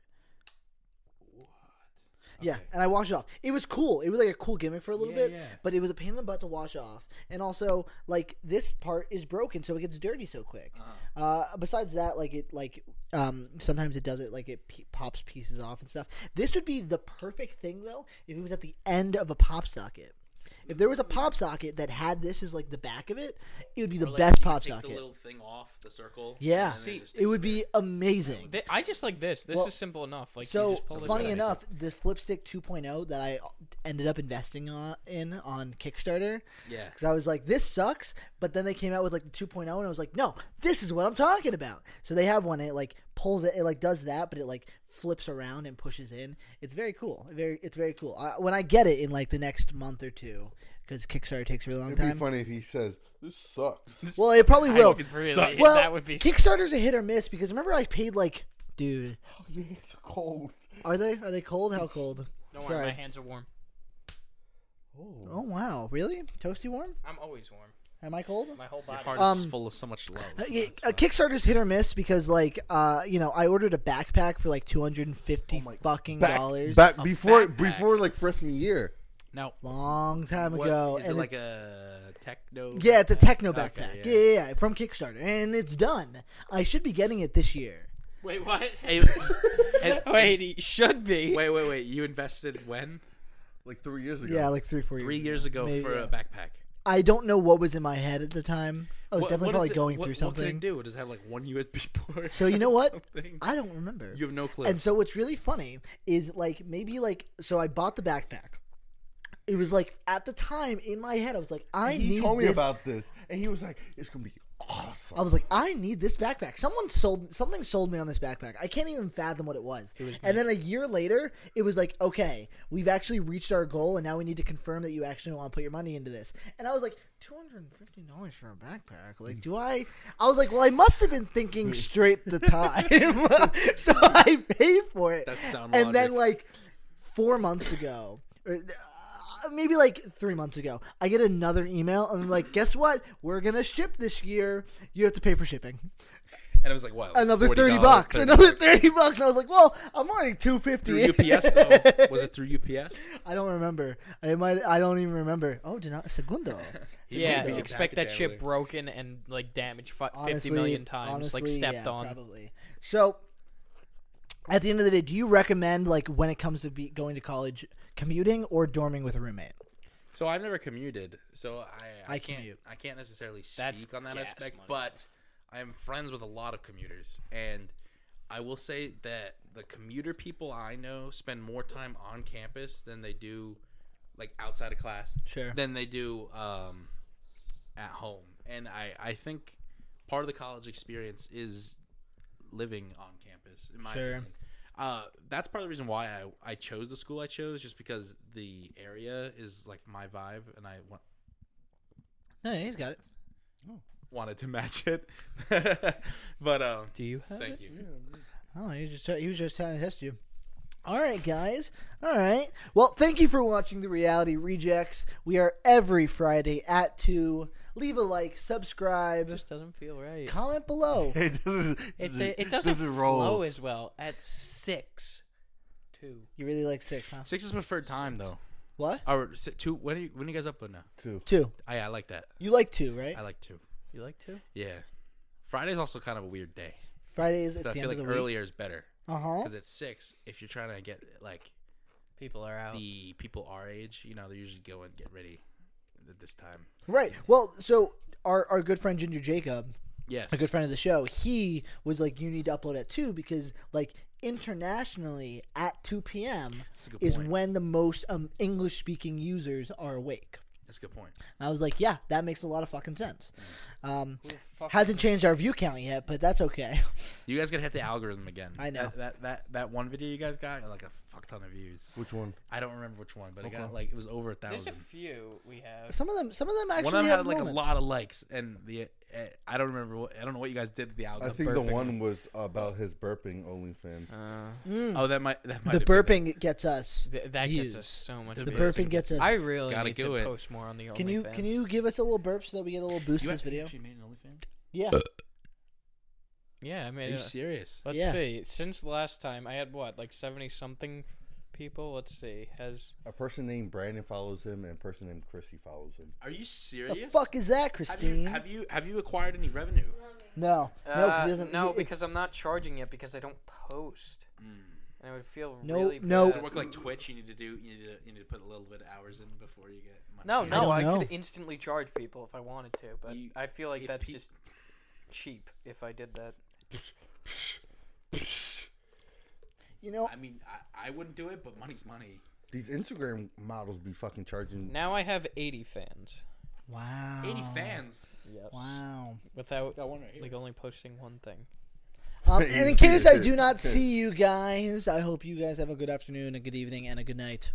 S1: Yeah, and I washed it off. It was cool. It was like a cool gimmick for a little
S4: Yeah,
S1: bit,
S4: yeah.
S1: but it was a pain in the butt to wash off. And also, like this part is broken, so it gets dirty so quick.
S4: Uh-huh.
S1: uh besides that, like it, like um, sometimes it does it, like it pe- pops pieces off and stuff. This would be the perfect thing though if it was at the end of a pop socket. If there was a pop socket that had this as like the back of it, it would be the
S4: Or, like,
S1: best
S4: you could
S1: pop
S4: take The
S1: socket.
S4: little thing off the circle.
S1: Yeah,
S4: and then it just
S1: it would be amazing.
S2: Thi- I just like this. This
S1: Well,
S2: is simple enough. Like you
S1: so
S2: just pull this
S1: funny
S2: out.
S1: enough, this Flipstick 2.0 that I ended up investing on, in on Kickstarter,
S4: Yeah.
S1: because I was like, this sucks. But then they came out with like the 2.0, and I was like, no, this is what I'm talking about. So they have one. It like pulls it. It like does that, but it like flips around and pushes in. It's very cool. Very, it's very cool. I, when I get it in like the next month or two, because Kickstarter takes a really long
S3: It'd be
S1: time.
S3: funny if he says, "This sucks."
S1: Well, it probably will.
S2: would really-
S1: well,
S2: that would be-
S1: Kickstarter's a hit or miss because remember I paid like, dude,
S3: Oh, yeah, it's cold.
S1: are they are they cold? How cold?
S2: Don't worry,
S1: Sorry.
S2: my hands are warm.
S1: Oh wow, really? Toasty warm?
S2: I'm always warm.
S1: Am I cold?
S2: My whole
S4: Your
S2: body.
S4: heart is
S1: Um,
S4: full of so much love.
S1: Uh, yeah, uh, Kickstarter's hit or miss because, like, uh, you know, I ordered a backpack for like two hundred and fifty fucking
S3: Back,
S1: dollars
S3: back before
S4: backpack.
S3: before like freshman year.
S4: Now,
S1: long time
S4: what-
S1: ago.
S4: is
S1: and
S4: it like
S1: it's-
S4: a techno?
S1: yeah, it's a
S4: backpack?
S1: techno
S4: Okay,
S1: backpack. yeah. yeah, yeah, from Kickstarter, and it's done. I should be getting it this year.
S2: Wait, what?
S4: Hey, and-
S2: Wait, he should be.
S4: wait, wait, wait. You invested when?
S3: Like three years ago.
S1: Yeah, like three, four years.
S4: Three years ago
S1: Maybe,
S4: for
S1: yeah.
S4: a backpack.
S1: I don't know what was in my head at the time. I was
S4: What-
S1: definitely
S4: what
S1: probably
S4: is it-
S1: going
S4: what-
S1: through
S4: What can
S1: something.
S4: it do? Does it have like one USB port?
S1: So you know what?
S4: Something?
S1: I don't remember.
S4: You have no clue.
S1: And so what's really funny is like maybe like so I bought the backpack. It was like at the time in my head I was like I
S3: he
S1: need
S3: told me
S1: this.
S3: about this, and he was like, "It's gonna be awesome."
S1: I was like I need this backpack. Someone sold something sold me on this backpack. I can't even fathom what it was. and then a year later it was like okay, we've actually reached our goal and now we need to confirm that you actually want to put your money into this. And I was like $250 for a backpack. Like do I I was like well I must have been thinking straight the time. so I paid for it.
S4: That's sound
S1: And then like
S4: logic.
S1: four months ago, or, uh, maybe like three months ago, I get another email and I'm like, guess what? We're gonna ship this year. You have to pay for shipping.
S4: and it was like what? like
S1: Another thirty
S4: $40,
S1: bucks.
S4: $30.
S1: Another thirty bucks. I was like, well, I'm already two
S4: Through
S1: fifty.
S4: UPS though. Oh, Was it through UPS?
S1: I don't remember. I might. I don't even remember. Oh, did not segundo.
S2: Yeah,
S4: Maybe your
S2: expect that
S4: package
S2: shit
S4: earlier.
S2: broken and like damaged fi-
S1: Honestly,
S2: fifty million times, like
S1: honestly,
S2: stepped
S1: yeah,
S2: on.
S1: Probably. So, at the end of the day, do you recommend like when it comes to be going to college, commuting or dorming with a roommate?
S4: So I've never commuted, so I I,
S1: I
S4: can't
S1: commute.
S4: I can't necessarily speak
S2: That's
S4: on that
S2: gas
S4: aspect,
S2: money.
S4: but I am friends with a lot of commuters, and I will say that the commuter people I know spend more time on campus than they do like outside of class.
S1: Sure.
S4: Than they do um, at home, and I I think part of the college experience is living on campus. In my
S1: Sure.
S4: opinion. Uh, that's part of the reason why I, I chose the school I chose, just because the area is like my vibe, and I wa-
S1: No, he's got it.
S4: wanted to match it. but um,
S2: Do you have
S4: thank you.
S1: Oh, he just he was just trying to test you. All right, guys. All right. Well, thank you for watching the Reality Rejects. We are every Friday at two. Leave a like, subscribe,
S2: It just doesn't feel right.
S1: comment below.
S3: It doesn't.
S2: It, it, doesn't flow as well at six, two.
S1: You really like six, huh?
S4: Six is preferred time though.
S1: What?
S4: Or si- two? When are you, when are you guys upload now? Oh,
S3: Two.
S1: Two.
S4: I I like that.
S1: You like two, right?
S4: I like two.
S2: You like two?
S4: Yeah. Friday's also kind of a weird day.
S1: Fridays
S4: So
S1: at
S4: I
S1: the
S4: feel
S1: end of
S4: like
S1: the week.
S4: earlier is better
S1: Uh huh.
S4: because it's six. If you're trying to get like
S2: People are out.
S4: the people our age, you know, they're usually going get ready at this time.
S1: Right. Well, so our our good friend Ginger Jacob,
S4: Yes.
S1: a good friend of the show, he was like, "You need to upload at two because like internationally at two p.m.
S4: That's a good
S1: is
S4: point.
S1: when the most um, English speaking users are awake."
S4: That's a good point.
S1: And I was like, "Yeah, that makes a lot of fucking sense." Um, hasn't changed our view count yet, but that's okay.
S4: You guys gotta hit the algorithm again.
S1: I know.
S4: that that that, that one video you guys got got like a fuck ton of views.
S3: Which one?
S4: I don't remember which one, but it got
S3: Okay.
S4: like it was over a
S2: There's a
S4: thousand.
S2: few we have.
S1: Some of them, some of them actually
S4: One of them
S1: have
S4: had like
S1: moments.
S4: a lot of likes, and the uh, I don't remember. What, I don't know what you guys did to the
S3: I
S4: algorithm.
S3: think the
S4: burping.
S3: one was about his burping OnlyFans.
S2: Uh,
S4: Oh, that might that might
S1: Mm. the
S4: have been it.
S1: burping gets us.
S2: Th- that
S1: views.
S2: gets us so much.
S1: The
S2: views.
S1: burping gets us.
S2: I really
S4: Gotta
S2: need to
S4: do it.
S2: post more on the OnlyFans.
S1: can you can you give us a little burp so that we get a little boost
S4: You
S1: in this
S4: actually
S1: video?
S4: made an OnlyFans?
S1: Yeah.
S2: Yeah, I
S4: Are
S2: mean,
S4: you
S2: uh,
S4: serious?
S2: let's
S1: Yeah.
S2: see. Since last time, I had what, like seventy something people. Let's see. Has
S3: A person named Brandon follows him, and a person named Chrissy follows him.
S4: Are you serious?
S1: The fuck is that,
S4: Have you,
S1: Christine?
S4: have you Uh, have you acquired any revenue?
S1: No, no, because he doesn't. he-
S2: Uh, I'm not charging yet because I don't post. And I would feel
S1: No, really
S2: Oh.
S1: no. bad.
S4: Hmm. Does it work like Twitch? You need to do you need to you need to put a little bit of hours in before you get money.
S2: No, no,
S1: don't
S2: I,
S1: know.
S2: could instantly charge people if I wanted to, but
S4: You-
S2: I feel like
S4: if
S2: that's
S4: pe-
S2: just cheap if I did that.
S1: you know,
S4: I mean, I, I wouldn't do it, but money's money.
S3: These Instagram models be fucking charging.
S2: Now I have 80 fans.
S1: wow,
S4: Eighty fans.
S2: Yes.
S1: wow.
S2: Without
S4: Oh. Got one right here.
S2: like only posting one thing.
S1: Um, and in case I do not see you guys, I hope you guys have a good afternoon, a good evening, and a good night.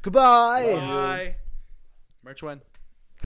S1: Goodbye.
S4: Bye. Merch when?